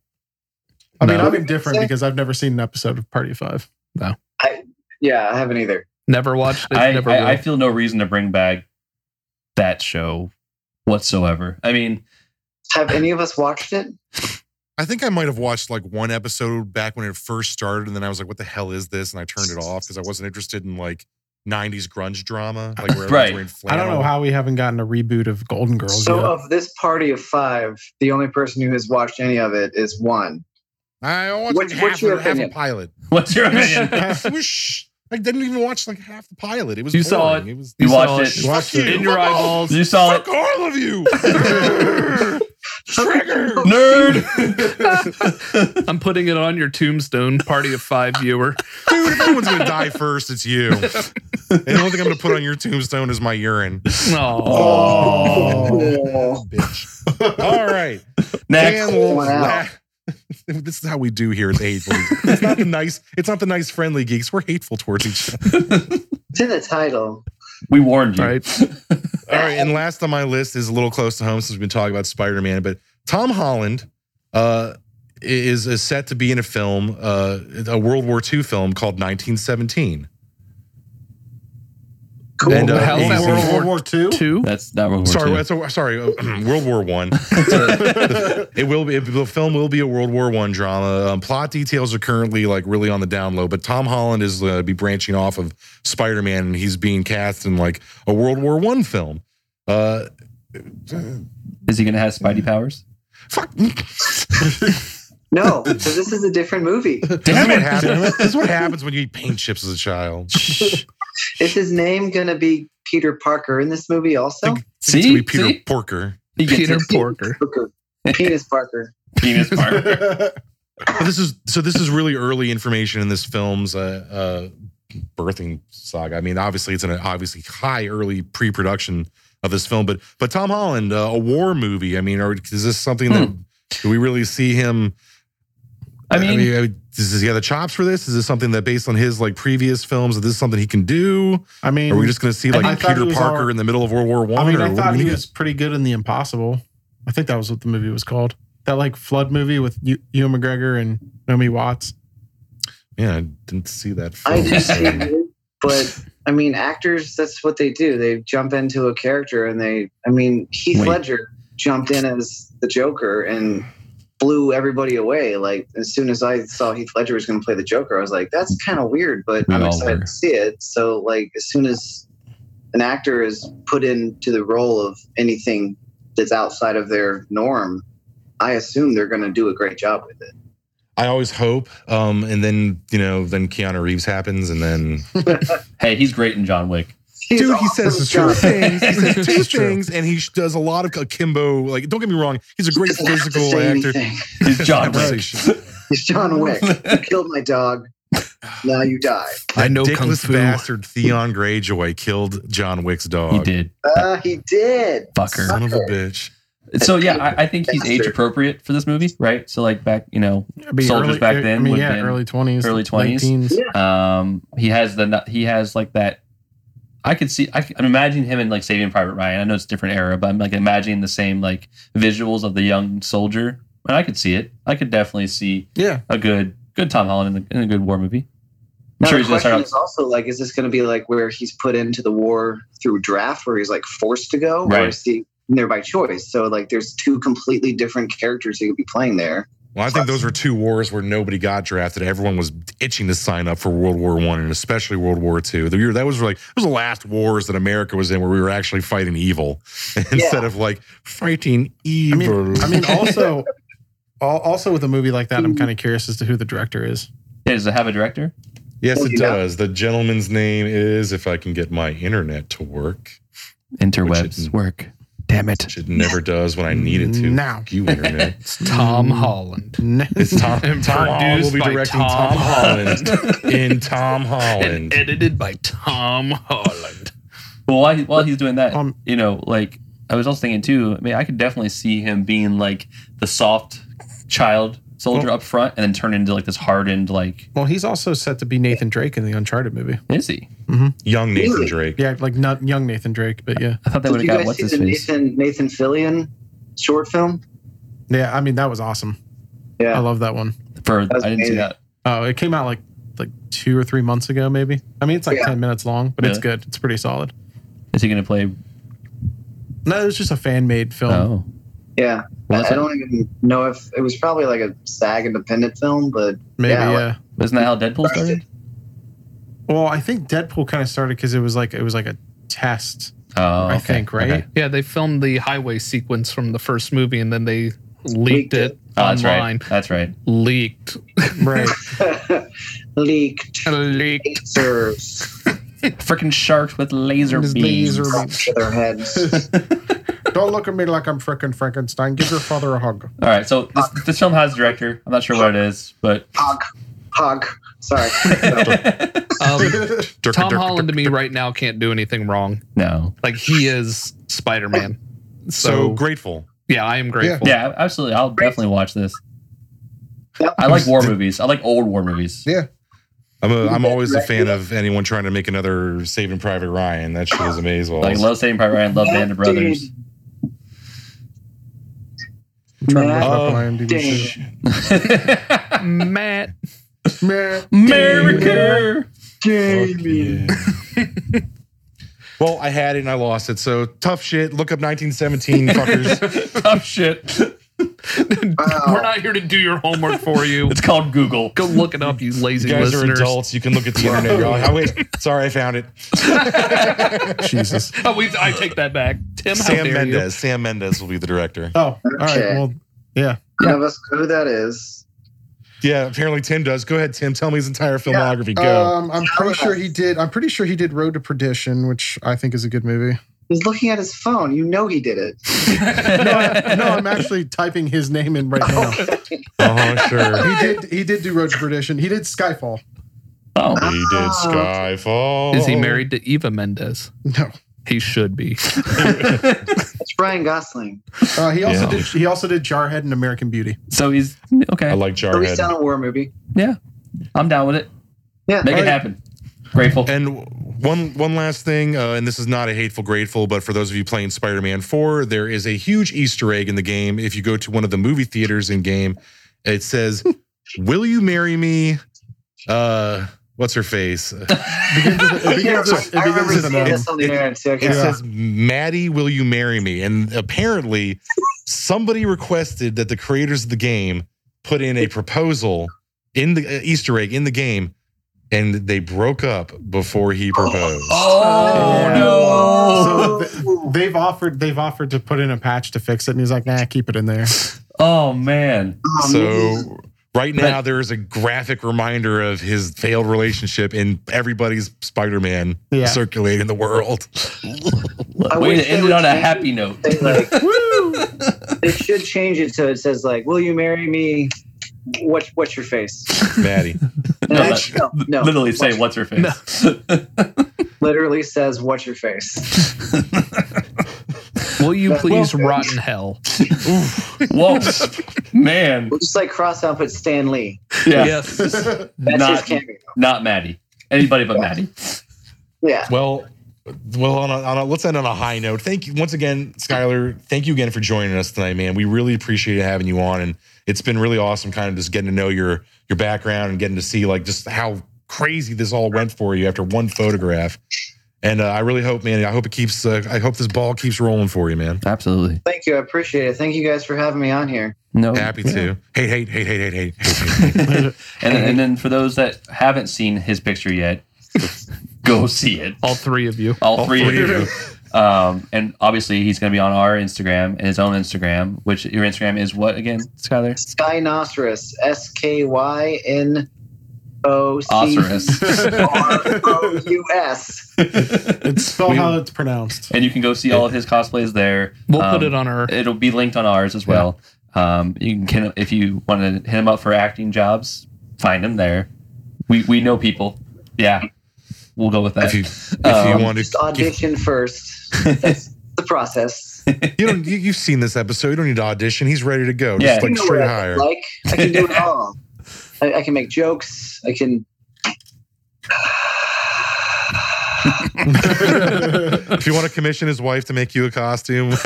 S3: I mean,
S5: No.
S3: I'm indifferent because I've never seen an episode of Party of Five.
S2: Yeah, I haven't either.
S5: Never watched it.
S1: I,
S5: never will.
S1: I, I feel no reason to bring back that show whatsoever. I mean,
S2: Have any of us watched it?
S4: I think I might have watched like one episode back when it first started, and then I was like, "What the hell is this?" And I turned it off because I wasn't interested in like '90s grunge drama, like where everyone's
S1: Right.
S4: wearing
S3: I don't know
S4: flannel.
S3: how we haven't gotten a reboot of Golden Girls.
S2: So
S3: yet.
S2: of this party of five, the only person who has watched any of it is one.
S4: I watched
S2: What's-
S4: like
S2: what's
S4: half,
S2: your
S4: half a
S2: opinion?
S4: pilot.
S1: what's your opinion?
S4: Whoosh. I didn't even watch like half the pilot. It was
S5: You saw
S4: boring.
S5: it. Uh,
S4: was
S1: You
S5: You saw
S1: watched
S5: it.
S1: it.
S4: Fuck you.
S5: in your
S4: Fuck all-
S5: eyeballs.
S1: You saw it.
S4: Fuck all of you. Trigger.
S1: Nerd.
S5: I'm putting it on your tombstone, party of five viewer.
S4: Dude, if anyone's gonna die first, it's you. And the only thing I'm gonna put on your tombstone is my urine.
S5: Oh,
S1: Oh.
S2: Oh.
S4: Bitch. All right.
S1: Next.
S4: And we'll-
S2: Wow.
S4: This is how we do here at the hateful. Geeks. It's not the nice, it's not the nice friendly geeks. We're hateful towards each other.
S2: It's in the title.
S1: We warned you.
S5: right.
S4: All right,
S3: Um,
S4: and last on my list is a little close to home since we've been talking about Spider Man, but Tom Holland uh, is, is set to be in a film, uh, a World War II film called 1917.
S2: Cool.
S4: And, uh,
S5: How's
S4: he's-
S5: that
S4: he's-
S5: World
S3: World War Two.
S5: Two.
S1: That's not World War
S4: sorry,
S1: II.
S4: that's a, sorry, uh, World War One. it will be the film will be a World War One drama. Um, plot details are currently like really on the down low, but Tom Holland is uh, be branching off of Spider Man, and he's being cast in like a World War One film. Uh,
S1: Is he going to have Spidey powers?
S4: fuck,
S2: No, so this is a different movie.
S4: This is what
S1: Damn it.
S4: happens. This is what happens when you eat paint chips as a child.
S2: Is his name gonna be Peter Parker in this movie also?
S4: It's gonna
S1: See?
S4: be Peter
S1: See?
S4: Porker.
S1: He gets
S5: Peter
S1: his
S5: Porker.
S2: Parker. Penis Parker.
S1: penis part.
S4: But this is so. This is really early information in this film's uh, uh, birthing saga. I mean, obviously, it's an obviously high early pre-production of this film, but but Tom Holland, uh, a war movie. I mean, or is this something that do we really see him?
S1: Hmm. I mean,
S4: does he have the chops for this? Is this something that, based on his like previous films, is this something he can do?
S3: I mean,
S4: Are we just going to see like
S3: I thought
S4: Peter
S3: he was
S4: Parker
S3: all-
S4: in the middle of World War One?
S3: I mean,
S4: or
S3: I
S4: what
S3: thought
S4: do we
S3: he
S4: get?
S3: was pretty good in The Impossible. I think that was what the movie was called. That like flood movie with you, Ewan McGregor and Naomi Watts.
S4: Yeah, I didn't see that. Film,
S2: I just
S4: so-
S2: but I mean actors, that's what they do. They jump into a character and they I mean Heath
S1: Wait.
S2: Ledger jumped in as the Joker and blew everybody away. Like as soon as I saw Heath Ledger was gonna play the Joker, I was like, that's kinda weird, but
S1: We
S2: I'm
S1: all
S2: excited
S1: were.
S2: to see it. So like as soon as an actor is put into the role of anything that's outside of their norm, I assume they're gonna do a great job with it.
S4: I always hope. Um, and then you know, then Keanu Reeves happens, and then
S1: hey, he's great in John Wick.
S2: He's
S4: dude, he
S2: awesome
S4: says
S2: as
S4: two
S2: Joker.
S4: things. He says two
S5: It's true.
S4: things, and he sh- does a lot of akimbo. Like, don't get me wrong, he's a great
S2: Doesn't have to
S4: physical
S2: say
S4: actor.
S2: anything.
S1: He's John Wick.
S4: Conversation.
S2: It's John Wick. You killed my dog. Now you die.
S5: I know kung
S4: Dickless
S5: fu.
S4: bastard Theon Greyjoy killed John Wick's dog.
S1: He did.
S2: Uh, he did.
S1: Fucker.
S4: Son of a bitch.
S1: So yeah, I, I think he's age appropriate for this movie, right? So like back, you know,
S3: It'd be
S1: Soldiers
S3: early- er,
S1: back
S3: I
S1: then
S3: mean,
S1: would've
S3: yeah,
S1: been
S3: early twenties,
S1: early 20s. um, he has the he has like that. I could see. I, am imagining him in like Saving Private Ryan. I know it's a different era, but I'm like imagining the same like visuals of the young soldier, and I could see it. I could definitely see
S3: Yeah,
S1: a good good Tom Holland in a, in a good war movie. I'm
S2: Now,
S1: sure
S2: the
S1: he's gonna start
S2: question is also like, is this going to be like where he's put into the war through draft, where he's like forced to go, or
S1: Right.
S2: is he in there by choice? So like, there's two completely different characters he could be playing there.
S4: Well, I think those were two wars where nobody got drafted. Everyone was itching to sign up for World War One and especially World War Two. The year that was like it was the last wars that America was in where we were actually fighting evil instead of like fighting
S3: I
S4: evil.
S3: mean, I mean, also, al- also with a movie like that, I'm kind of curious as to who the director is.
S1: out. Does it have a director?
S4: yes,
S2: Well,
S4: it
S2: you know-
S4: does. The gentleman's name is, if I can get my internet to work,
S1: Interwebs work. Damn it.
S4: which it never does when I need it to.
S3: Now.
S4: you internet.
S5: Tom
S1: Mm-hmm.
S5: Holland.
S4: It's Tom.
S5: And
S4: Tom Holland will
S5: produced
S4: be
S5: by
S4: directing Tom,
S5: Tom
S4: Holland in Tom
S5: And
S4: Holland.
S5: edited by Tom Holland.
S1: Well, while, he, while he's doing that,
S3: Um,
S1: you know, like I was also thinking too. I mean, I could definitely see him being like the soft child soldier up front, and then turn into like this hardened like
S3: Well, he's also set to be Nathan Drake in the Uncharted movie.
S1: is he?
S4: Young Nathan
S2: Really?
S4: Drake.
S3: Yeah, like not young Nathan Drake, but yeah,
S1: I thought they would
S2: Did
S1: have
S2: you
S1: got what's
S2: guys see
S1: his
S2: the
S1: face.
S2: Nathan Nathan Fillion short film?
S3: yeah. I mean, that was awesome.
S2: Yeah.
S3: I
S1: Oh.
S3: love that one.
S1: For
S2: was
S1: I didn't see
S2: amazing.
S1: that.
S3: Oh, it came out like like two or three months ago, maybe. I mean, it's like
S2: Yeah.
S3: ten minutes long, but it's
S1: Really?
S3: good. It's pretty solid.
S1: Is he going to play?
S3: No, it was just a fan made film.
S1: Oh,
S2: Yeah,
S1: well,
S2: I,
S1: that's
S2: I don't even know if it was probably like a SAG independent film, but
S3: Maybe
S2: Yeah,
S3: yeah.
S2: like-
S1: isn't that how Deadpool started?
S3: well, I think Deadpool kind of started because it was like it was like a test.
S1: Oh,
S3: I
S1: okay,
S3: think, right?
S1: okay.
S5: Yeah, they filmed the highway sequence from the first movie and then they
S2: Leaked
S5: leaked
S2: it.
S5: it
S1: Oh, that's
S5: online.
S1: right. That's right.
S5: Leaked.
S3: Right.
S2: leaked
S5: Leaked.
S2: lasers
S1: Freaking sharks with laser
S5: His
S1: beams.
S5: laser
S2: up to their heads.
S3: Don't look at me like I'm frickin' Frankenstein. Give your father a hug.
S1: All right, so this, this film has a director. I'm not sure what it is, but
S2: Hog, hog. Sorry.
S5: Um,
S4: Dirk-
S5: Tom
S4: Dirk-
S5: Holland to me right now can't do anything wrong.
S1: no.
S5: Like he is Spider Man.
S4: So
S5: So,
S4: grateful.
S5: yeah, I am grateful.
S1: Yeah, absolutely. I'll definitely watch this.
S2: Yep.
S1: I like war movies. I like old war movies.
S4: I'm, a, I'm always a fan of anyone trying to make another Saving Private Ryan. That shit is amazing.
S1: Like love Saving Private Ryan, love Band of Brothers.
S3: I'm trying to look it up
S4: Oh,
S3: on IMDb.
S2: Dang.
S5: Matt.
S3: Meh.
S1: America.
S2: Jamie.
S4: well, I had it and I lost it. So tough shit. Look up 1917, fuckers.
S1: Tough shit.
S5: We're not here to do your homework for you.
S1: It's called Google.
S5: Go look it up, you lazy
S4: You guys are
S5: listeners.
S4: adults. You can look at the internet. You're like, oh, wait, sorry, I found it.
S3: Jesus.
S5: Oh, we, I take that back. Tim, how
S4: Sam
S5: dare
S4: Mendes. Sam Mendes will be the director.
S3: Oh, all right.
S2: Okay.
S3: Well,
S2: None of us know who that is.
S4: Yeah, apparently Tim does. Go ahead, Tim. Tell me his entire filmography.
S5: uh,
S4: Go.
S3: um, I'm pretty sure he did. I'm pretty sure he did Road to Perdition, which I think is a good movie.
S2: He's looking at his phone. You know he did it.
S3: No, I, no, I'm actually typing his name in right now.
S4: oh, sure.
S3: He did. He did do Road to Perdition. He did Skyfall.
S1: Oh,
S4: He did Skyfall.
S5: you?
S4: Oh.
S5: Is he married to Eva Mendes?
S3: No.
S5: He should be.
S2: It's Brian Gosling.
S3: Uh, he also
S4: Yeah.
S3: did. He also did Jarhead and American Beauty.
S1: so he's
S4: I
S1: okay.
S4: like
S2: At least
S4: Jarhead.
S2: on a war movie.
S1: I'm down with it.
S2: Yeah.
S1: Make it
S3: Alright.
S1: happen. Grateful.
S4: And one one last thing, uh, and this is not a hateful grateful, but for those of you playing Spider-Man 4, there is a huge Easter egg in the game. If you go to one of the movie theaters in game, it says, "Will you marry me?" Uh, what's her face? It
S3: It begins with- it
S2: I
S3: begins
S2: remember
S3: with an
S2: seeing
S3: M.
S2: this on the
S4: It-
S2: internet too. Okay.
S4: says, "Maddie, will you marry me?" And apparently, somebody requested that the creators of the game put in a proposal in the uh, Easter egg in the game, and they broke up before he proposed.
S1: oh no.
S2: Oh,
S3: So th- they've offered. They've offered to put in a patch to fix it, and he's like, "Nah, keep it in there."
S1: Oh man.
S2: Oh, man.
S4: So right
S1: But-
S4: now there is a graphic reminder of his failed relationship in everybody's Spider-Man
S3: Yeah.
S4: circulating the world.
S2: I
S1: Way
S2: wish
S1: to
S2: they
S1: end it
S2: would
S1: on a
S2: change
S1: happy note.
S2: They, like, they should change it so it says like, "Will you marry me?" What What's your face?
S4: Maddie.
S2: And
S1: No,
S2: that's- no, no.
S1: Literally say what's
S2: What's-
S1: her face.
S2: Literally says, "What's your face?"
S5: Will you please rot in hell?
S1: Whoa, man.
S2: We'll just like cross out, put Stan Lee.
S1: Yeah,
S5: Yes.
S2: That's his
S1: not
S2: cameo.
S1: not Maddie. Anybody but Maddie.
S2: Yeah.
S4: Well, well, on a, on a, let's end on a high note. Thank you once again, Skylar. Thank you again for joining us tonight, man. We really appreciate having you on, and it's been really awesome, kind of just getting to know your your background and getting to see like just how crazy this all went for you after one photograph. And uh, I really hope, man. I hope it keeps. Uh, I hope this ball keeps rolling for you, man.
S1: Absolutely.
S2: Thank you. I appreciate it. Thank you guys for having me on here.
S1: No.
S4: Happy to. Hate, hate, hate, hate, hate, hate. hate, hate.
S1: and, and then for those that haven't seen his picture yet, go see it.
S5: All three of you.
S1: All,
S4: All
S1: three,
S4: three
S1: of
S4: of
S1: you. Um, and obviously, he's going to be on our Instagram and his own Instagram, which your Instagram is what again, Skylar?
S2: Skynoceros. S K Y N O C
S1: Osiris.
S2: R O U S.
S3: It's spelled
S1: We-
S3: how it's pronounced.
S1: and you can go see all of his cosplays there.
S5: We'll put
S1: Um,
S5: it on our.
S1: It'll be linked on ours as well. Um, you can, if you want to hit him up for acting jobs, find him there. We we know people. Yeah, we'll go with that.
S4: If you if
S1: Um,
S4: you want
S2: Just
S4: to, if-
S2: audition first. That's the process.
S4: you don't. You, you've seen this episode. You don't need to audition. He's ready to go.
S1: Yeah.
S4: Just
S2: You
S4: like
S2: know
S4: straight
S2: what I
S4: higher.
S2: Like I can do it all. I, I can make jokes. I can.
S4: if you want to commission his wife to make you a costume, go for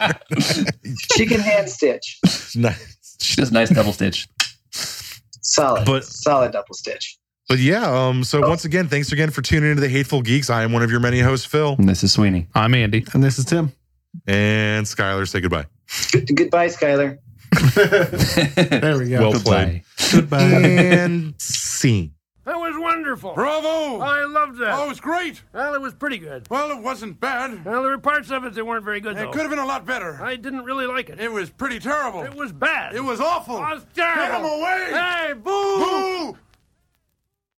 S4: it.
S2: She can hand stitch.
S4: Nice.
S1: Just nice double stitch.
S2: Solid.
S4: But-
S2: solid double stitch.
S4: But yeah, um,
S2: Oh.
S4: so once again, thanks again for tuning into the Hateful Geeks. I am one of your many hosts, Phil.
S1: And this is Sweeney.
S5: I'm Andy.
S3: And this is Tim.
S4: And Skylar, say goodbye.
S2: Good, goodbye, Skylar.
S3: There we go.
S4: Well played.
S3: Goodbye.
S4: And scene.
S6: That was wonderful.
S7: Bravo!
S6: I loved that.
S7: Oh, it was great.
S6: Well, it was pretty good.
S7: Well, it wasn't bad.
S6: Well, there were parts of it that weren't very good, though.
S7: It could have been a lot better.
S6: I didn't really like it.
S7: It was pretty terrible.
S6: It was bad.
S7: It was awful.
S6: It was
S7: Get him
S6: terrible.
S7: away!
S6: Hey, boo!
S7: Boo!